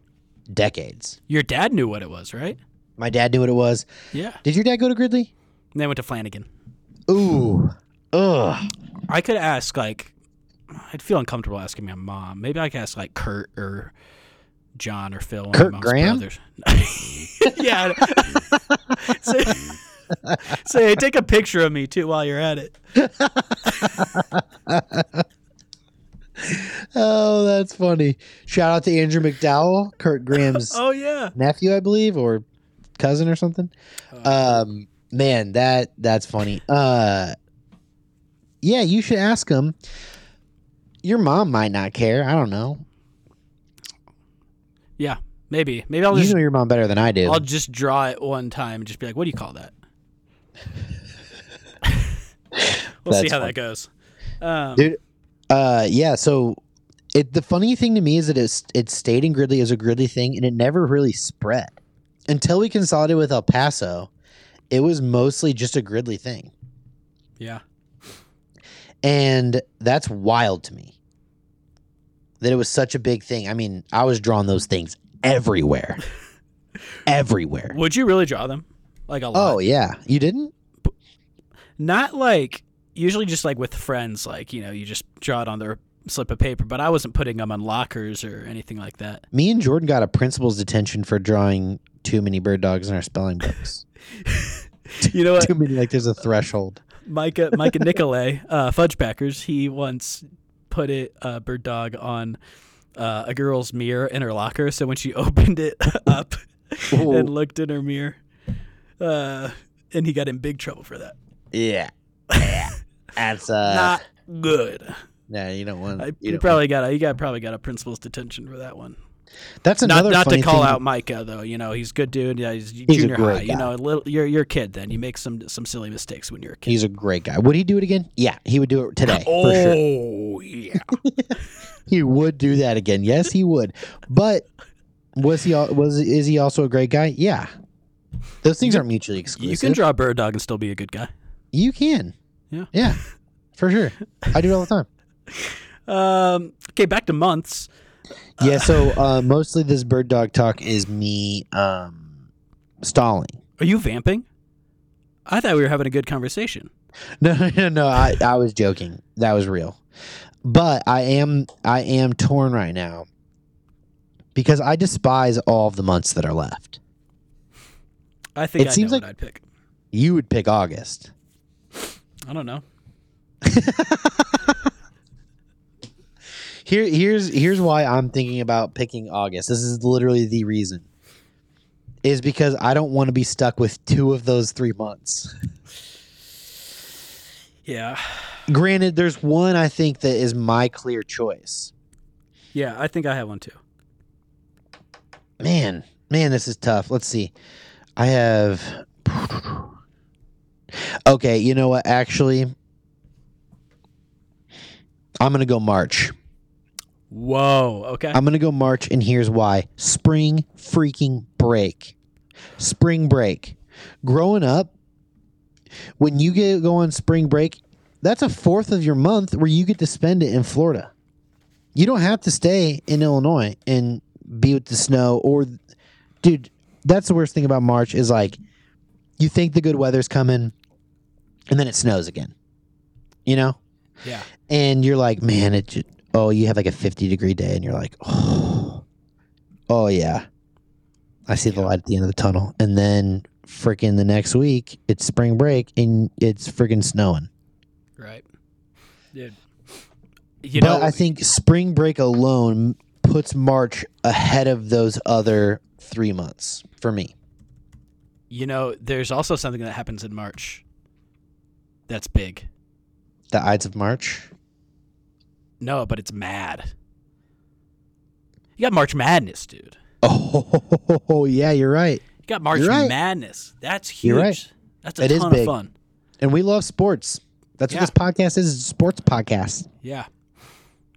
Speaker 1: decades.
Speaker 2: Your dad knew what it was, right?
Speaker 1: My dad knew what it was.
Speaker 2: Yeah.
Speaker 1: Did your dad go to Gridley?
Speaker 2: And they went to Flanagan.
Speaker 1: Ooh, ugh.
Speaker 2: I could ask like I'd feel uncomfortable asking my mom. Maybe I could ask like Kurt or John or Phil. one of
Speaker 1: Kirk
Speaker 2: mom's
Speaker 1: Graham?
Speaker 2: brothers. yeah. say, say, take a picture of me too while you're at it.
Speaker 1: Oh, that's funny. Shout out to Andrew McDowell, Kurt Graham's
Speaker 2: Oh yeah.
Speaker 1: nephew, I believe, or cousin or something.
Speaker 2: Uh,
Speaker 1: Um, man, that that's funny. Uh, yeah, you should ask him. Your mom might not care. I don't know.
Speaker 2: Yeah. Maybe. Maybe I'll
Speaker 1: You
Speaker 2: just
Speaker 1: know your mom better than I do.
Speaker 2: I'll just draw it one time and just be like, "What do you call that?" we'll see
Speaker 1: That's
Speaker 2: how
Speaker 1: fun.
Speaker 2: that goes. Um,
Speaker 1: Dude. Uh, yeah. So, it the funny thing to me is that it's it stayed in Gridley as a Gridley thing, and it never really spread until we consolidated with El Paso. It was mostly just a Gridley thing.
Speaker 2: yeah.
Speaker 1: And that's wild to me that it was such a big thing. I mean, I was drawing those things everywhere. everywhere.
Speaker 2: Would you really draw them? Like a lot.
Speaker 1: Oh, yeah. You didn't?
Speaker 2: Not like usually just like with friends like, you know, you just draw it on their slip of paper, but I wasn't putting them on lockers or anything like that.
Speaker 1: Me and Jordan got a principal's detention for drawing too many bird dogs in our spelling books.
Speaker 2: You know what?
Speaker 1: too many, like there's a threshold.
Speaker 2: Micah Micah Nicolay, uh Fudgebackers, he once put it uh bird dog on uh, a girl's mirror in her locker, so when she opened it up and looked in her mirror, uh, and he got in big trouble for that.
Speaker 1: Yeah. That's uh
Speaker 2: Not good.
Speaker 1: no, you don't want
Speaker 2: I,
Speaker 1: you
Speaker 2: you
Speaker 1: don't
Speaker 2: probably got a, you got probably got a principal's detention for that one.
Speaker 1: That's
Speaker 2: Not
Speaker 1: another
Speaker 2: not to
Speaker 1: funny
Speaker 2: call
Speaker 1: thing.
Speaker 2: out Micah though. You know he's a good dude. Yeah, he's,
Speaker 1: a
Speaker 2: junior
Speaker 1: great
Speaker 2: high. You
Speaker 1: guy.
Speaker 2: know, a little, you're you're a kid then. You make some some silly mistakes when you're a kid.
Speaker 1: He's a great guy. Would he do it again? Yeah, he would do it today. for sure.
Speaker 2: oh yeah.
Speaker 1: he would do that again. Yes, he would. But was he al- was is he also a great guy? Yeah. Those things aren't mutually exclusive.
Speaker 2: You can draw a bird dog and still be a good guy.
Speaker 1: You can.
Speaker 2: Yeah.
Speaker 1: Yeah. For sure. I do it all the time.
Speaker 2: Um, okay, back to months.
Speaker 1: Yeah, so uh, mostly this bird dog talk is me um stalling.
Speaker 2: Are you vamping? I thought we were having a good conversation.
Speaker 1: No, no, no, no. I, I was joking. That was real. But I am I am torn right now because I despise all of the months that are left.
Speaker 2: I think
Speaker 1: It
Speaker 2: I
Speaker 1: seems
Speaker 2: know
Speaker 1: like-
Speaker 2: what I'd pick.
Speaker 1: You would pick August.
Speaker 2: I don't know.
Speaker 1: Here, here's here's why I'm thinking about picking August. This is literally the reason. Is because I don't want to be stuck with two of those three months.
Speaker 2: Yeah,
Speaker 1: Granted, there's one I think that is my clear choice.
Speaker 2: yeah, I think I have one too.
Speaker 1: Man, man, this is tough. Let's see. I have. Okay, you know what? Actually, I'm gonna go March.
Speaker 2: Whoa. Okay.
Speaker 1: I'm gonna go March, and here's why: spring freaking break, spring break. Growing up, when you get go on spring break, that's a fourth of your month where you get to spend it in Florida. You don't have to stay in Illinois and be with the snow or, dude. That's the worst thing about March is like, you think the good weather's coming, and then it snows again. You know
Speaker 2: yeah.
Speaker 1: and you're like, man, it. Just, oh, you have like a 50 degree day, and you're like, oh, oh yeah, I see the light at the end of the tunnel. And then freaking the next week, it's spring break, and it's freaking snowing.
Speaker 2: Right. Dude. You
Speaker 1: but
Speaker 2: know,
Speaker 1: I think spring break alone puts March ahead of those other three months for me.
Speaker 2: you know, there's also something that happens in March. That's big.
Speaker 1: The Ides of March.
Speaker 2: No, but it's mad. You got March Madness, dude.
Speaker 1: Oh yeah, you're right.
Speaker 2: You got March
Speaker 1: You're right.
Speaker 2: Madness. That's huge.
Speaker 1: You're right.
Speaker 2: That's a
Speaker 1: It
Speaker 2: ton
Speaker 1: is
Speaker 2: of
Speaker 1: big.
Speaker 2: fun.
Speaker 1: And we love sports. That's
Speaker 2: Yeah.
Speaker 1: what this podcast is. It's a sports podcast.
Speaker 2: Yeah.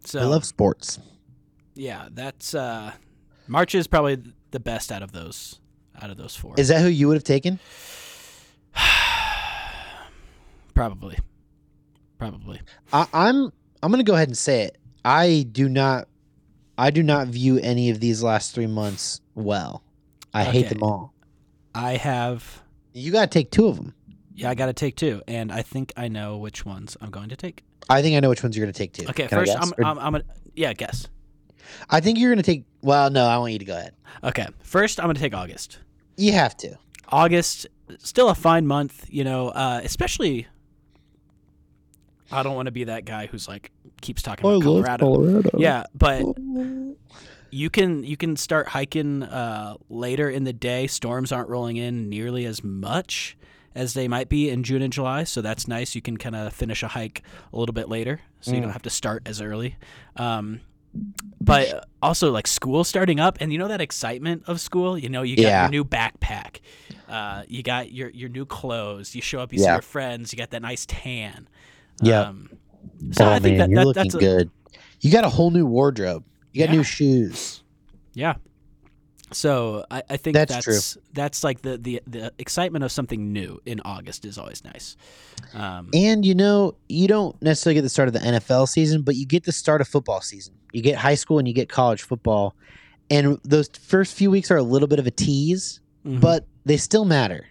Speaker 2: So
Speaker 1: I love sports.
Speaker 2: yeah, that's uh March is probably the best out of those out of those four.
Speaker 1: Is that who you would have taken?
Speaker 2: probably. Probably.
Speaker 1: I, I'm I'm gonna go ahead and say it. I do not I do not view any of these last three months well. I hate
Speaker 2: Okay.
Speaker 1: them all.
Speaker 2: I have
Speaker 1: You gotta take two of them.
Speaker 2: yeah, I gotta take two, and I think I know which ones I'm going to take.
Speaker 1: I think I know which ones you're gonna take two.
Speaker 2: Okay,
Speaker 1: Can I
Speaker 2: first
Speaker 1: guess?
Speaker 2: I'm,
Speaker 1: Or-
Speaker 2: I'm I'm gonna yeah guess.
Speaker 1: I think you're gonna take. Well, no, I want you to go ahead.
Speaker 2: Okay, first I'm going to take August.
Speaker 1: You have to.
Speaker 2: August, still a fine month, you know, uh, especially. I don't want to be that guy who's like keeps talking about Colorado.
Speaker 1: Oh, Colorado.
Speaker 2: Yeah, but you can you can start hiking uh, later in the day. Storms aren't rolling in nearly as much as they might be in June and July, so that's nice. You can kind of finish a hike a little bit later, so you
Speaker 1: Mm.
Speaker 2: don't have to start as early. Um, but also like school starting up, and you know that excitement of school. You know you got
Speaker 1: Yeah.
Speaker 2: your new backpack, uh, you got your your new clothes. You show up, you see
Speaker 1: Yeah.
Speaker 2: your friends, you got that nice tan.
Speaker 1: Yeah.
Speaker 2: Um, so
Speaker 1: oh
Speaker 2: I think
Speaker 1: man,
Speaker 2: that,
Speaker 1: you're
Speaker 2: that
Speaker 1: looking
Speaker 2: that's a,
Speaker 1: good. You got a whole new wardrobe. You got
Speaker 2: Yeah.
Speaker 1: new shoes.
Speaker 2: Yeah. So I, I think
Speaker 1: That's
Speaker 2: that's
Speaker 1: true.
Speaker 2: that's, like the, the the excitement of something new in August is always nice. Um,
Speaker 1: And you know, you don't necessarily get the start of the NFL season, but you get the start of football season. You get high school and you get college football. And those first few weeks are a little bit of a tease,
Speaker 2: mhm.
Speaker 1: but they still matter.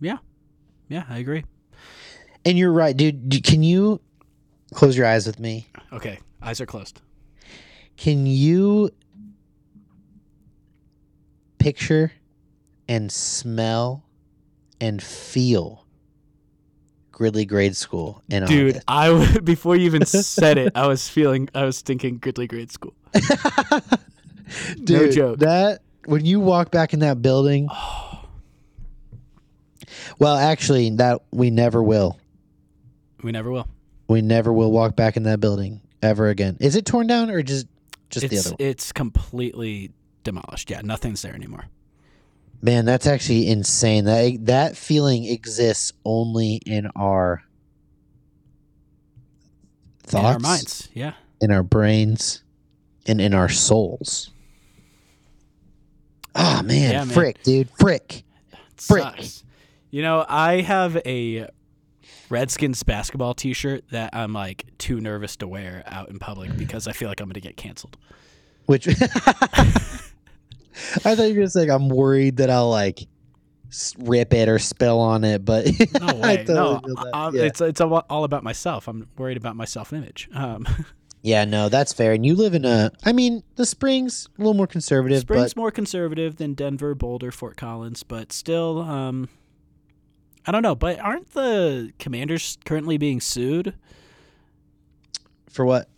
Speaker 2: yeah, I agree.
Speaker 1: And you're right, dude. D- Can you close your eyes with me?
Speaker 2: Okay, eyes are closed.
Speaker 1: Can you picture and smell and feel Gridley grade school in
Speaker 2: Dude,
Speaker 1: August?
Speaker 2: I w- before you even said it, I was feeling I was thinking Gridley grade school.
Speaker 1: Dude,
Speaker 2: No joke.
Speaker 1: That when you walk back in that building,
Speaker 2: Oh,
Speaker 1: well, actually, that we never will.
Speaker 2: we never will.
Speaker 1: We never will walk back in that building ever again. Is it torn down or just just
Speaker 2: it's
Speaker 1: the other one?
Speaker 2: it's completely demolished. Yeah, nothing's there anymore.
Speaker 1: Man, that's actually insane. That that feeling exists only in our thoughts,
Speaker 2: In our minds. Yeah.
Speaker 1: in our brains, and in our souls. Oh man,
Speaker 2: Yeah, man.
Speaker 1: frick, dude, frick.
Speaker 2: It
Speaker 1: Frick.
Speaker 2: sucks. You know, I have a Redskins basketball T-shirt that I'm like too nervous to wear out in public because I feel like I'm going to get canceled.
Speaker 1: Which I thought you were just like, I'm worried that I'll like s- rip it or spill on it, but
Speaker 2: No
Speaker 1: I
Speaker 2: way. no,
Speaker 1: totally feel that.
Speaker 2: I- I'm-
Speaker 1: yeah.
Speaker 2: Um, it's it's all all about myself. I'm worried about my self-image. Um,
Speaker 1: yeah, no, that's fair. And you live in a, I mean, the Springs a little more conservative,
Speaker 2: Spring's
Speaker 1: but
Speaker 2: more conservative than Denver, Boulder, Fort Collins, but still, um, I don't know. But aren't the Commanders currently being sued?
Speaker 1: for what?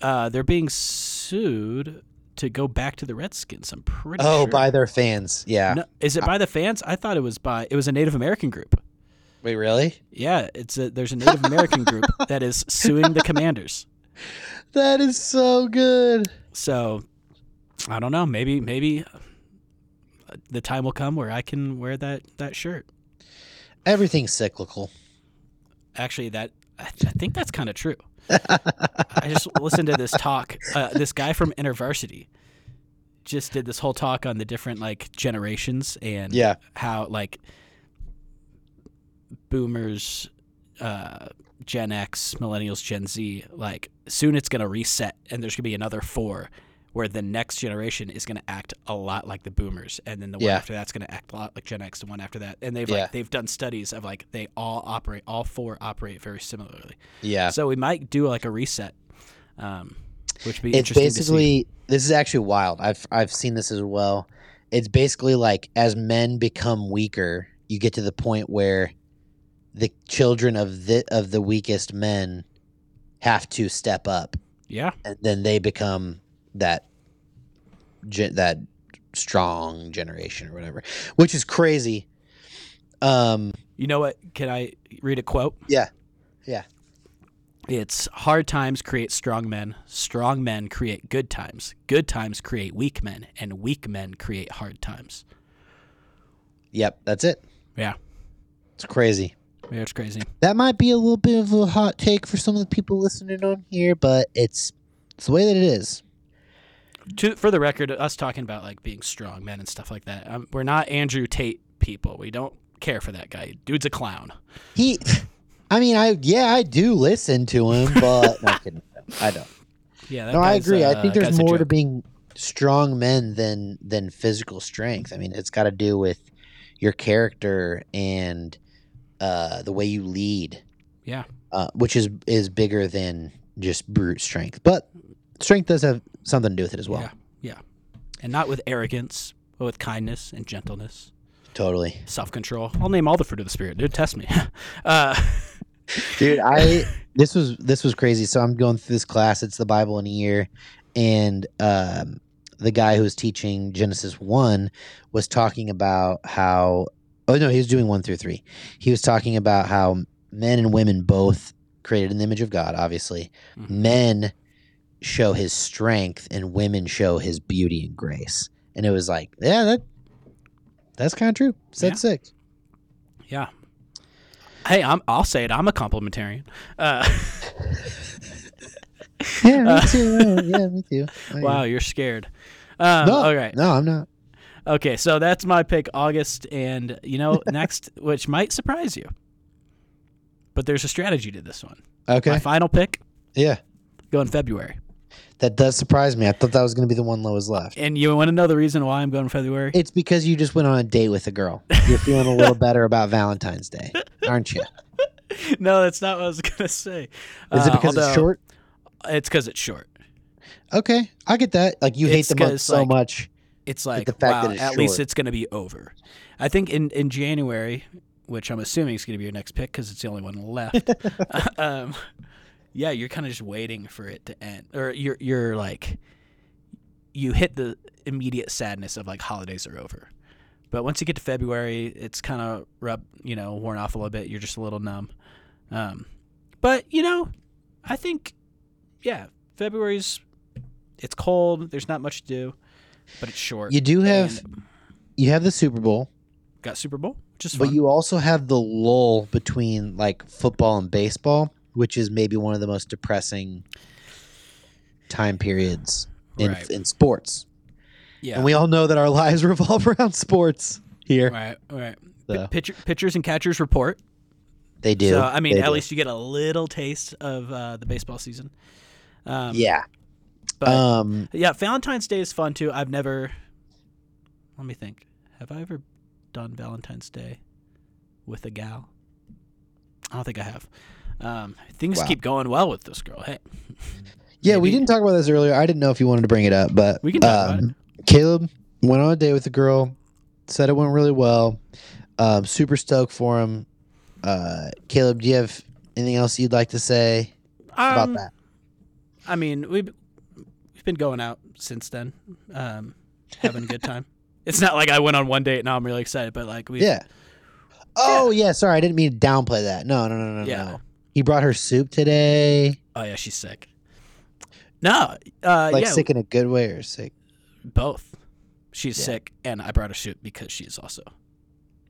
Speaker 2: Uh, they're being sued to go back to the Redskins. I'm pretty
Speaker 1: Oh,
Speaker 2: sure.
Speaker 1: by their fans. Yeah.
Speaker 2: No, is it by the fans? I thought it was by it was a Native American group.
Speaker 1: Wait, really?
Speaker 2: Yeah, it's a, there's a Native American group that is suing the commanders.
Speaker 1: That is so good.
Speaker 2: So I don't know. Maybe maybe uh, the time will come where I can wear that that shirt.
Speaker 1: Everything's cyclical.
Speaker 2: Actually, that I, I think that's kind of true. I just listened to this talk. Uh, this guy from InterVarsity just did this whole talk on the different like generations and
Speaker 1: Yeah.
Speaker 2: how like boomers uh gen x millennials gen z like soon it's going to reset and there's going to be another four where the next generation is going to act a lot like the boomers and then the one
Speaker 1: Yeah.
Speaker 2: after that's going to act a lot like gen x the one after that and they've
Speaker 1: Yeah.
Speaker 2: like they've done studies of like they all operate all four operate very similarly
Speaker 1: Yeah.
Speaker 2: so we might do like a reset um which would be
Speaker 1: It's
Speaker 2: interesting to see.
Speaker 1: basically this is actually wild. I've I've seen this as well. It's basically like as men become weaker, you get to the point where the children of the of the weakest men have to step up,
Speaker 2: yeah
Speaker 1: and then they become that gen, that strong generation or whatever, which is crazy. Um,
Speaker 2: You know what? Can I read a quote?
Speaker 1: Yeah. Yeah.
Speaker 2: It's hard times create strong men, strong men create good times, good times create weak men, and weak men create hard times.
Speaker 1: yep, that's it.
Speaker 2: Yeah.
Speaker 1: It's crazy.
Speaker 2: Yeah, it's crazy.
Speaker 1: That might be a little bit of a hot take for some of the people listening on here, but it's it's the way that it is.
Speaker 2: To, for the record, us talking about like being strong men and stuff like that, um, we're not Andrew Tate people. We don't care for that guy. Dude's a clown.
Speaker 1: He, I mean, I yeah, I do listen to him, but no, I'm kidding. I don't.
Speaker 2: Yeah, that
Speaker 1: No, I
Speaker 2: guy's,
Speaker 1: agree. I
Speaker 2: uh,
Speaker 1: think there's
Speaker 2: guy's a
Speaker 1: more to
Speaker 2: joke.
Speaker 1: being strong men than than physical strength. I mean, it's got to do with your character and uh, the way you lead.
Speaker 2: Yeah.
Speaker 1: uh, which is is bigger than just brute strength, but Strength does have something to do with it as well.
Speaker 2: Yeah. and not with arrogance, but with kindness and gentleness,
Speaker 1: Totally.
Speaker 2: self control. I'll name all the fruit of the spirit, dude. Test me. uh,
Speaker 1: dude i this was this was crazy so i'm going through this class it's the bible in a year and um the guy who was teaching genesis 1 was talking about how oh no he was doing 1 through 3 he was talking about how men and women both created in the image of god obviously
Speaker 2: Mhm.
Speaker 1: men show his strength and women show his beauty and grace and it was like yeah that that's kind of true
Speaker 2: Yeah.
Speaker 1: set six
Speaker 2: yeah. Hey, I'm, I'll say it. I'm a complimentarian. Uh,
Speaker 1: yeah me
Speaker 2: Uh,
Speaker 1: too yeah me too I-
Speaker 2: wow, you're scared. Um,
Speaker 1: no,
Speaker 2: All right.
Speaker 1: no i'm not
Speaker 2: Okay, so that's my pick, August, and you know next, which might surprise you, but there's a strategy to this one.
Speaker 1: Okay.
Speaker 2: My final pick,
Speaker 1: yeah.
Speaker 2: go in February,
Speaker 1: That does surprise me. I thought that was going to be the one lowest left.
Speaker 2: and you want to know the reason why I'm going in February?
Speaker 1: It's because you just went on a date with a girl. You're feeling a little better about Valentine's Day, aren't you?
Speaker 2: no, that's not what I was gonna say.
Speaker 1: Is it
Speaker 2: Uh,
Speaker 1: because
Speaker 2: although-
Speaker 1: it's short?
Speaker 2: It's because it's short.
Speaker 1: Okay. I get that. Like you hate
Speaker 2: It's
Speaker 1: the month
Speaker 2: 'cause,
Speaker 1: so
Speaker 2: like-
Speaker 1: much.
Speaker 2: It's like
Speaker 1: the fact
Speaker 2: wow,
Speaker 1: that it's
Speaker 2: at least
Speaker 1: short.
Speaker 2: it's gonna be over. I think in in January, which I'm assuming is gonna be your next pick because it's the only one left. um, yeah, you're kind of just waiting for it to end, or you're you're like, you hit the immediate sadness of like holidays are over, but once you get to February, it's kind of rub you know worn off a little bit. You're just a little numb, um, but you know, I think yeah, February's it's cold. There's not much to do, but it's short.
Speaker 1: You do have
Speaker 2: And
Speaker 1: you have the Super Bowl,
Speaker 2: got Super Bowl, which is
Speaker 1: but
Speaker 2: fun.
Speaker 1: you also have the lull between like football and baseball, which is maybe one of the most depressing time periods in
Speaker 2: Right.
Speaker 1: in sports.
Speaker 2: yeah.
Speaker 1: And we all know that our lives revolve around sports here.
Speaker 2: right, right. P-
Speaker 1: So,
Speaker 2: pitcher, pitchers and catchers report.
Speaker 1: they do.
Speaker 2: So I mean,
Speaker 1: They
Speaker 2: at
Speaker 1: do.
Speaker 2: least you get a little taste of uh, the baseball season. Um,
Speaker 1: yeah.
Speaker 2: but
Speaker 1: um
Speaker 2: yeah, Valentine's Day is fun too. I've never. Let me think. Have I ever done Valentine's Day with a gal? I don't think I have. Um, things
Speaker 1: Wow.
Speaker 2: keep going well with this girl. Hey,
Speaker 1: Yeah, we
Speaker 2: Maybe-
Speaker 1: didn't talk about this earlier. I didn't know if you wanted to bring it up, but um,
Speaker 2: We can talk about
Speaker 1: Caleb went on a date with a girl, said it went really well. Um, super stoked for him. Uh, Caleb, do you have anything else you'd like to say about
Speaker 2: Um,
Speaker 1: that?
Speaker 2: I mean, we've we've been going out since then, um, having a good time. It's not like I went on one date and now I'm really excited, but like we
Speaker 1: Yeah. Oh yeah, sorry, I didn't mean to downplay that. No, no, no, no,
Speaker 2: Yeah.
Speaker 1: no. He brought her soup today,
Speaker 2: Oh yeah, she's sick. No, uh,
Speaker 1: like
Speaker 2: yeah,
Speaker 1: sick in a good way or sick.
Speaker 2: both. She's
Speaker 1: Yeah.
Speaker 2: sick, and I brought her soup because she's also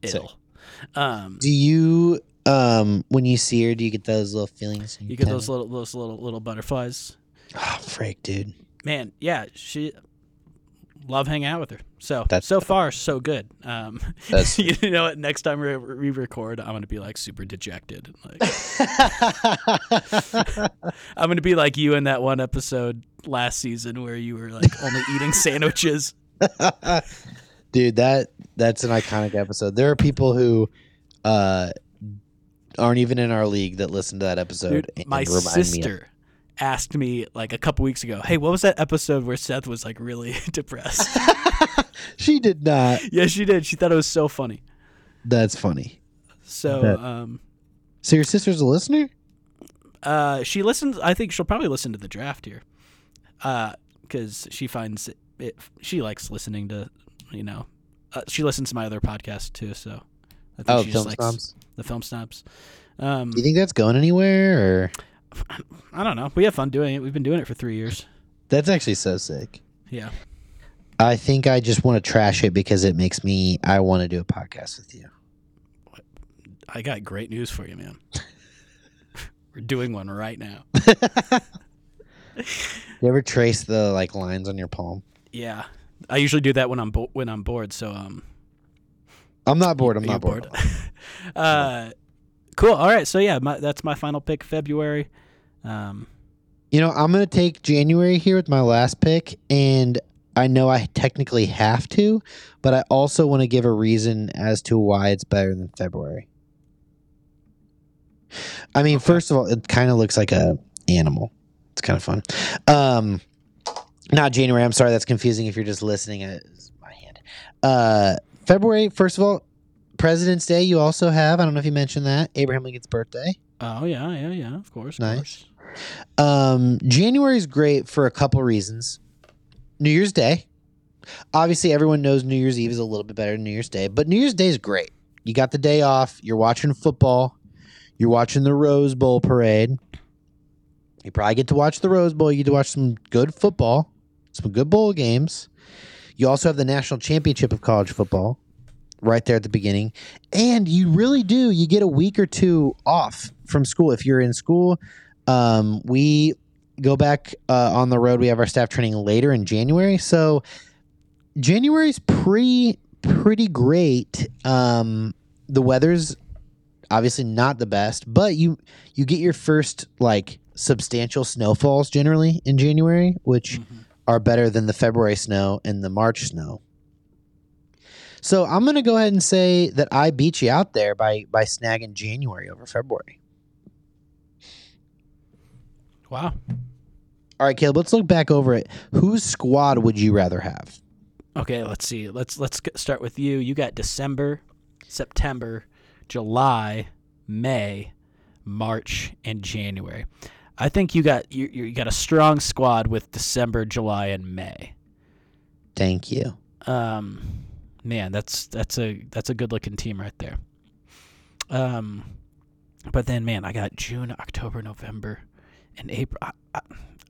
Speaker 1: Sick.
Speaker 2: ill. Um,
Speaker 1: Do you, um, when you see her, do you get those little feelings? in your
Speaker 2: you get those
Speaker 1: tummy?
Speaker 2: little those little little butterflies.
Speaker 1: Oh, freak, dude.
Speaker 2: Man, yeah, she love hanging out with her. So
Speaker 1: That's-
Speaker 2: so far so good. Um,
Speaker 1: That's-
Speaker 2: you know what? Next time we re- record, I'm gonna be like super dejected. and, Like, I'm gonna be like you in that one episode last season where you were like only eating sandwiches.
Speaker 1: Dude, that that's an iconic episode. There are people who uh, aren't even in our league that listen to that episode.
Speaker 2: Dude, my sister asked me like a couple weeks ago, "Hey, what was that episode where Seth was like really depressed?"
Speaker 1: she did not.
Speaker 2: yeah, she did. She thought it was so funny.
Speaker 1: That's funny.
Speaker 2: So,
Speaker 1: Bet.
Speaker 2: um,
Speaker 1: So your sister's a listener?
Speaker 2: uh, she listens. I think she'll probably listen to the draft here, because she finds it, it. She likes listening to, you know, uh, she listens to my other podcast too. So, I think
Speaker 1: Oh,
Speaker 2: she just
Speaker 1: film
Speaker 2: likes
Speaker 1: snobs.
Speaker 2: the film snobs. Um,
Speaker 1: Do you think that's going anywhere? Or
Speaker 2: I don't know. We have fun doing it. We've been doing it for three years.
Speaker 1: that's actually so sick.
Speaker 2: Yeah.
Speaker 1: I think I just want to trash it because it makes me. I want to do a podcast with you.
Speaker 2: I got great news for you, man. We're doing one right now.
Speaker 1: You ever trace the like lines on your palm?
Speaker 2: Yeah. I usually do that when I'm bo- when I'm bored, so um
Speaker 1: I'm not bored. I'm
Speaker 2: are
Speaker 1: not
Speaker 2: you
Speaker 1: bored.
Speaker 2: uh cool. All right. So yeah, my, that's my final pick February. Um
Speaker 1: You know, I'm going to take January here with my last pick, and I know I technically have to, but I also want to give a reason as to why it's better than February. I mean, first of all, it kind of looks like a animal. It's kind of fun. Um, Not January. I'm sorry. That's confusing if you're just listening. Uh, it's my hand. Uh, February, first of all, President's Day, you also have. I don't know if you mentioned that. Abraham Lincoln's birthday.
Speaker 2: Oh yeah, yeah, yeah. Of course, of
Speaker 1: Nice.
Speaker 2: course.
Speaker 1: Um, January is great for a couple reasons. New Year's Day. Obviously, everyone knows New Year's Eve is a little bit better than New Year's Day, but New Year's Day is great. You got the day off. You're watching football. You're watching the Rose Bowl parade. You probably get to watch the Rose Bowl. You get to watch some good football, some good bowl games. You also have the national championship of college football right there at the beginning. And you really do. You get a week or two off from school. If you're in school, um, we go back uh, on the road. We have our staff training later in January, so January's pretty pretty great. Um, the weather's obviously not the best, but you you get your first like substantial snowfalls generally in January, which
Speaker 2: Mhm.
Speaker 1: are better than the February snow and the March snow. So I'm gonna go ahead and say that I beat you out there by by snagging January over February.
Speaker 2: Wow.
Speaker 1: All right, Caleb, let's look back over it. Whose squad would you rather have?
Speaker 2: Okay, let's see. Let's let's g- start with you. You got December, September, July, May, March, and January. I think you got you you you got a strong squad with December, July, and May.
Speaker 1: Thank you.
Speaker 2: Um, man, that's that's a that's a good looking team right there. Um, but then man, I got June, October, November, and April. I, I,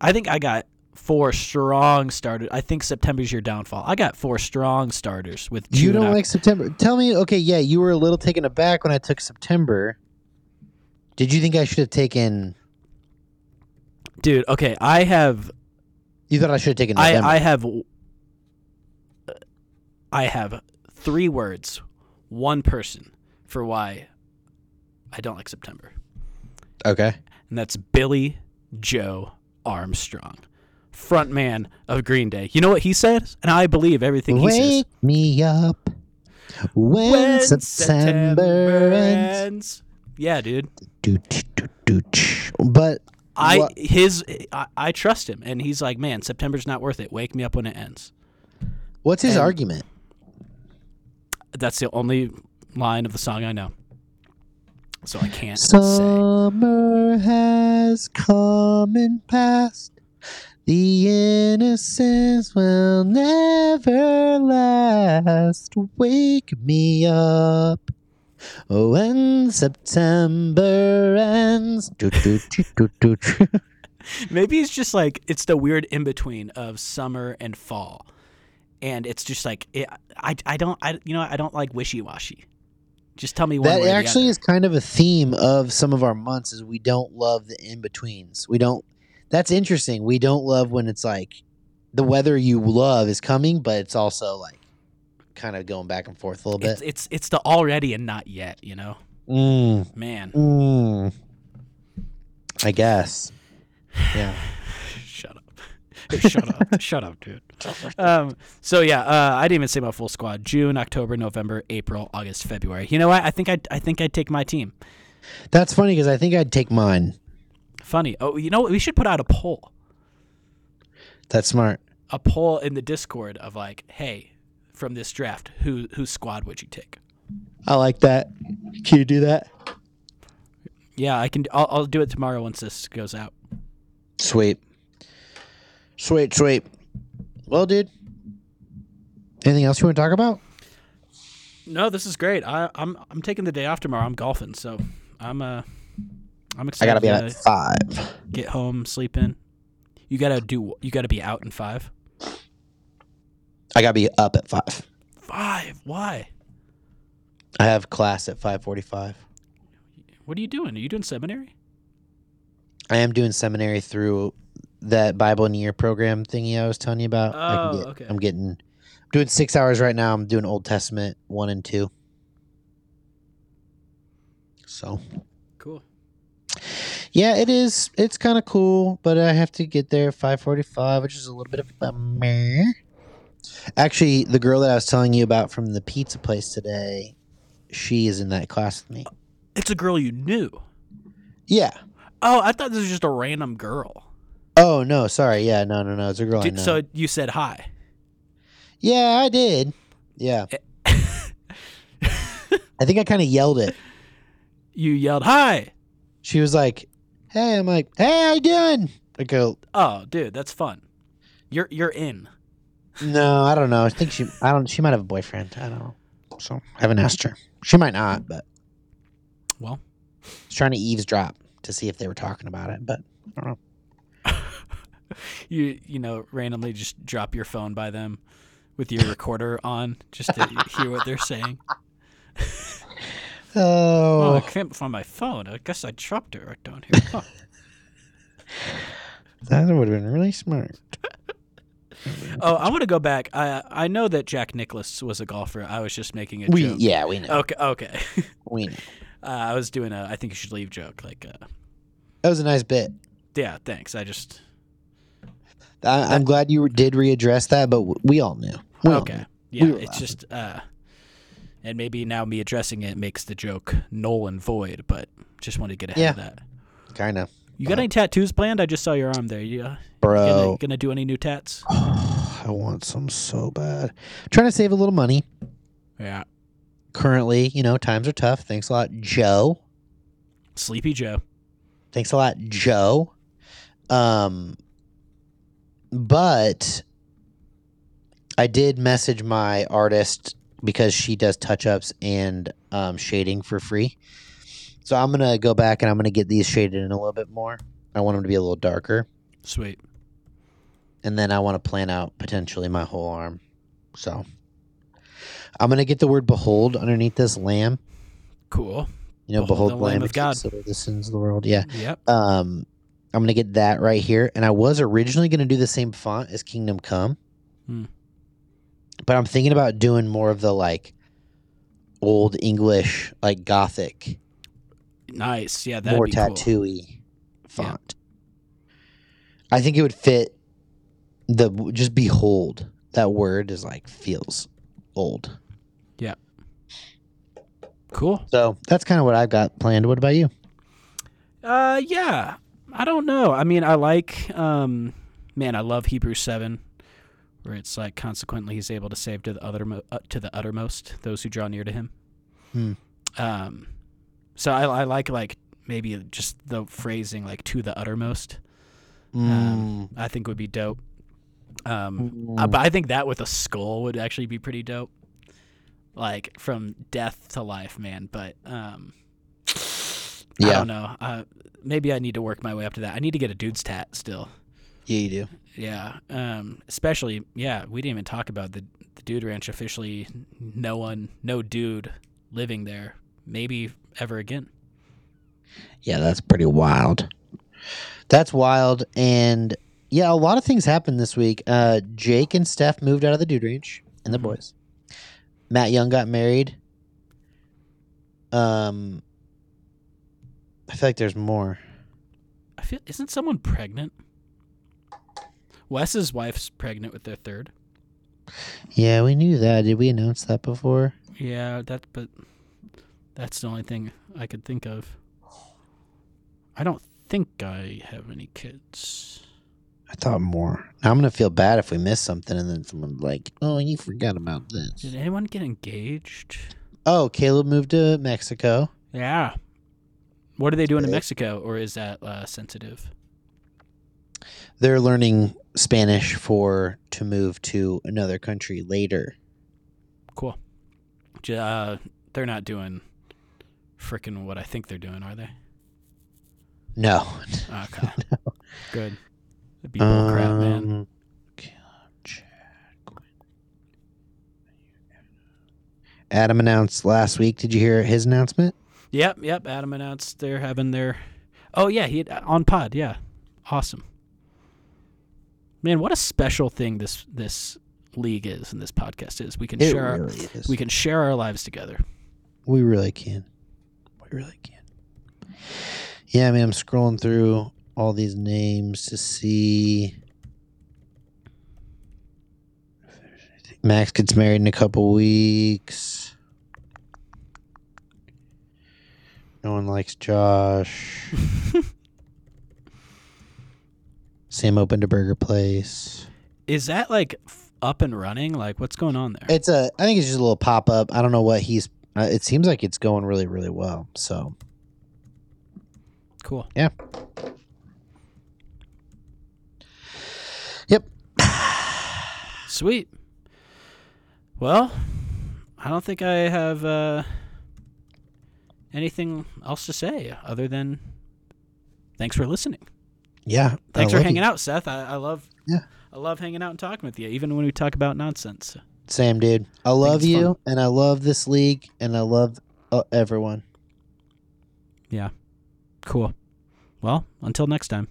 Speaker 2: I think I got four strong starters. I think September's your downfall. I got four strong starters with June.
Speaker 1: you don't
Speaker 2: Oc-
Speaker 1: like September. Tell me, okay, yeah, you were a little taken aback when I took September. Did you think I should have taken?
Speaker 2: dude. Okay, I have
Speaker 1: You thought I should have taken
Speaker 2: I
Speaker 1: November?
Speaker 2: I have uh, I have three words, one person for why I don't like September.
Speaker 1: okay.
Speaker 2: and that's Billy Joe Armstrong, frontman of Green Day. You know what he says, and I believe everything he says.
Speaker 1: Wake me up when, September ends.
Speaker 2: Yeah, dude.
Speaker 1: Dooch, dooch, dooch. But
Speaker 2: I
Speaker 1: What-
Speaker 2: his I, I trust him, and he's like, man, September's not worth it. Wake me up when it ends.
Speaker 1: what's his
Speaker 2: And-
Speaker 1: argument?
Speaker 2: That's the only line of the song I know. So I can't say.
Speaker 1: Summer has come and passed. The innocence will never last. Wake me up when September ends. Doo, doo, doo, doo, doo, doo.
Speaker 2: Maybe it's just like it's the weird in between of summer and fall, and it's just like it, I I don't I you know I don't like wishy washy. Just tell me one
Speaker 1: that
Speaker 2: way or the
Speaker 1: actually
Speaker 2: other.
Speaker 1: is kind of a theme of some of our months is we don't love the in-betweens we don't that's interesting we don't love when it's like the weather you love is coming but it's also like kind of going back and forth a little
Speaker 2: It's, e-
Speaker 1: bit
Speaker 2: it's it's the already and not yet. You know,
Speaker 1: mm,
Speaker 2: man.
Speaker 1: mm. i guess
Speaker 2: Shut up. Shut up. Shut up, dude. Um, so yeah, uh, I didn't even say my full squad: June, October, November, April, August, February. You know what? I think I I think I'd take my team.
Speaker 1: that's funny because i think i'd take mine
Speaker 2: Funny. Oh, you know what? We should put out a poll.
Speaker 1: that's smart
Speaker 2: a poll in the Discord of like, hey, from this draft, who whose squad would you take?
Speaker 1: i like that can you do that
Speaker 2: Yeah, I can. I'll, I'll do it tomorrow once this goes out.
Speaker 1: sweet sweet sweet well dude anything else you want to talk about
Speaker 2: No, this is great. I, I'm I'm taking the day off tomorrow. I'm golfing, so I'm uh I'm
Speaker 1: i
Speaker 2: excited.
Speaker 1: gotta be
Speaker 2: to
Speaker 1: out at five
Speaker 2: get home, sleep in. You gotta do. You gotta be out in five.
Speaker 1: I gotta be up at five.
Speaker 2: Five? Why?
Speaker 1: I have class at five forty-five.
Speaker 2: What are you doing? Are you doing seminary?
Speaker 1: I am doing seminary through that Bible in a year program thingy I was telling you about. I
Speaker 2: Oh,
Speaker 1: get,
Speaker 2: okay.
Speaker 1: I'm getting I'm doing six hours right now. I'm doing Old Testament one and two. So
Speaker 2: Cool.
Speaker 1: yeah, it is. It's kind of cool, but I have to get there at five forty-five, which is a little bit of a bummer. Actually, the girl that I was telling you about from the pizza place today, she is in that class with me.
Speaker 2: It's a girl you knew.
Speaker 1: Yeah.
Speaker 2: Oh, I thought this was just a random girl.
Speaker 1: Oh no, sorry. Yeah, no, no, no. It's a girl. Oh, I
Speaker 2: Did-
Speaker 1: know.
Speaker 2: so you said hi.
Speaker 1: yeah, I did. Yeah.
Speaker 2: Eh.
Speaker 1: I think I kind of yelled it.
Speaker 2: You yelled hi.
Speaker 1: She was like, "Hey," I'm like, "Hey, how you doing?" I go,
Speaker 2: Oh, dude, that's fun. You're you're in.
Speaker 1: "No, I don't know. I think she. I don't. She might have a boyfriend. I don't know. So I haven't asked her. She might not, but
Speaker 2: Well.
Speaker 1: I was trying to eavesdrop to see if they were talking about it, but I don't know.
Speaker 2: You you know randomly just drop your phone by them with your recorder on just to hear what they're saying. Oh, I
Speaker 1: Oh,
Speaker 2: can't find my phone. I guess I dropped it right down here. Huh.
Speaker 1: that would have been really smart.
Speaker 2: oh, I want to go back. I I know that Jack Nicklaus was a golfer. I was just making a
Speaker 1: we
Speaker 2: joke.
Speaker 1: yeah, we know.
Speaker 2: Okay, okay.
Speaker 1: We know.
Speaker 2: Uh, I was doing a I think you should leave joke. Like, uh,
Speaker 1: That was a nice bit.
Speaker 2: yeah, thanks. I just
Speaker 1: I, I'm glad you did readdress that, but w- we all knew. We all
Speaker 2: okay.
Speaker 1: knew.
Speaker 2: Yeah,
Speaker 1: we were
Speaker 2: it's
Speaker 1: laughing.
Speaker 2: just uh, and maybe now me addressing it makes the joke null and void. But just wanted to get ahead of that.
Speaker 1: Kind of,
Speaker 2: You got
Speaker 1: Wow.
Speaker 2: any tattoos planned? I just saw your arm there. You uh, gonna,
Speaker 1: bro.
Speaker 2: gonna do any new tats?
Speaker 1: I want some so bad. trying to save a little money.
Speaker 2: Yeah,
Speaker 1: Currently, you know, times are tough. Thanks a lot, Joe.
Speaker 2: Sleepy Joe.
Speaker 1: Thanks a lot, Joe. Um, but I did message my artist because she does touch ups and um, shading for free. So I'm gonna go back and I'm gonna get these shaded in a little bit more. I want them to be a little darker,
Speaker 2: Sweet.
Speaker 1: and then I want to plan out potentially my whole arm. So I'm gonna get the word "behold" underneath this lamb.
Speaker 2: Cool.
Speaker 1: You know,
Speaker 2: Behold
Speaker 1: behold,
Speaker 2: the
Speaker 1: the lamb,
Speaker 2: Lamb of
Speaker 1: that
Speaker 2: God.
Speaker 1: takes away the sins of the world. Yeah.
Speaker 2: Yep.
Speaker 1: um i'm gonna get that right here and i was originally gonna do the same font as kingdom come
Speaker 2: Hmm.
Speaker 1: but i'm thinking about doing more of the like old english like gothic
Speaker 2: Nice. Yeah, that'd
Speaker 1: more
Speaker 2: be cool.
Speaker 1: tattooy font i think it would fit the just behold that word is like feels old
Speaker 2: Cool.
Speaker 1: so that's kind of what i've got planned what about you
Speaker 2: Uh, yeah. I don't know. I mean, I like. Um, man, I love Hebrews seven, where it's like, consequently, he's able to save to the other uh, to the uttermost those who draw near to him.
Speaker 1: Hmm.
Speaker 2: Um, so I, I like like maybe just the phrasing like to the uttermost. Um, I think would be dope. Um, uh, but I think that with a skull would actually be pretty dope. Like from death to life, man. But um, I
Speaker 1: Yeah.
Speaker 2: don't know. Uh, maybe I need to work my way up to that. I need to get a dude's tat still.
Speaker 1: yeah you do
Speaker 2: Yeah. Um, especially, yeah, we didn't even talk about the, the dude ranch officially. No one, no dude living there, maybe ever again.
Speaker 1: Yeah, that's pretty wild. That's wild. And yeah, a lot of things happened this week. Uh, Jake and Steph moved out of the dude ranch and the
Speaker 2: Mhm.
Speaker 1: boys. Matt Young got married. Um, I feel like there's more.
Speaker 2: I feel, isn't someone pregnant? Wes's wife's pregnant with their third.
Speaker 1: Yeah, we knew that. Did we announce that before?
Speaker 2: Yeah, that but that's the only thing I could think of. I don't think I have any kids.
Speaker 1: I thought more. Now I'm gonna feel bad if we miss something and then someone's like, "Oh, you forgot about
Speaker 2: Did
Speaker 1: this."
Speaker 2: anyone get engaged?
Speaker 1: Oh, Caleb moved to Mexico.
Speaker 2: Yeah. What are they doing in
Speaker 1: Okay.
Speaker 2: Mexico, or is that uh, sensitive?
Speaker 1: They're learning Spanish for to move to another country later.
Speaker 2: Cool. J- Uh, they're not doing frickin' what I think they're doing, are they?
Speaker 1: No.
Speaker 2: Okay. Good. That'd be bull crap, man.
Speaker 1: Um, Adam announced last week. Did you hear his announcement?
Speaker 2: Yep, yep. Adam announced they're having their. Oh yeah, he on pod. Yeah, awesome. Man, what a special thing this this league is and this podcast is. We can share our,
Speaker 1: really is.
Speaker 2: we can share our lives together.
Speaker 1: We really can. We really can. Yeah, I mean, I'm scrolling through all these names to see. Max gets married in a couple weeks. No one likes Josh. Sam opened a burger place.
Speaker 2: Is that like f- up and running? Like what's going on there?
Speaker 1: It's a. I think it's just a little pop up. I don't know what he's. Uh, it seems like it's going really, really well. So
Speaker 2: cool. Sweet. Well, I don't think I have uh, anything else to say other than thanks for listening.
Speaker 1: yeah,
Speaker 2: Thanks for hanging out, Seth. I, I love
Speaker 1: Yeah.
Speaker 2: I love hanging out and talking with you, even when we talk about nonsense.
Speaker 1: Sam, dude. I love
Speaker 2: it's
Speaker 1: you,
Speaker 2: fun.
Speaker 1: and I love this league, and I love uh, everyone.
Speaker 2: Cool. Well, until next time.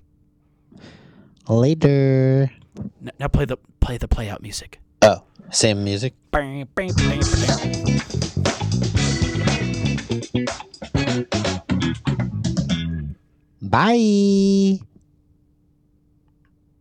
Speaker 1: Later.
Speaker 2: N- now play the play the play out music.
Speaker 1: Oh, same music.
Speaker 2: Bang, bang, bang, bang.
Speaker 1: Bye.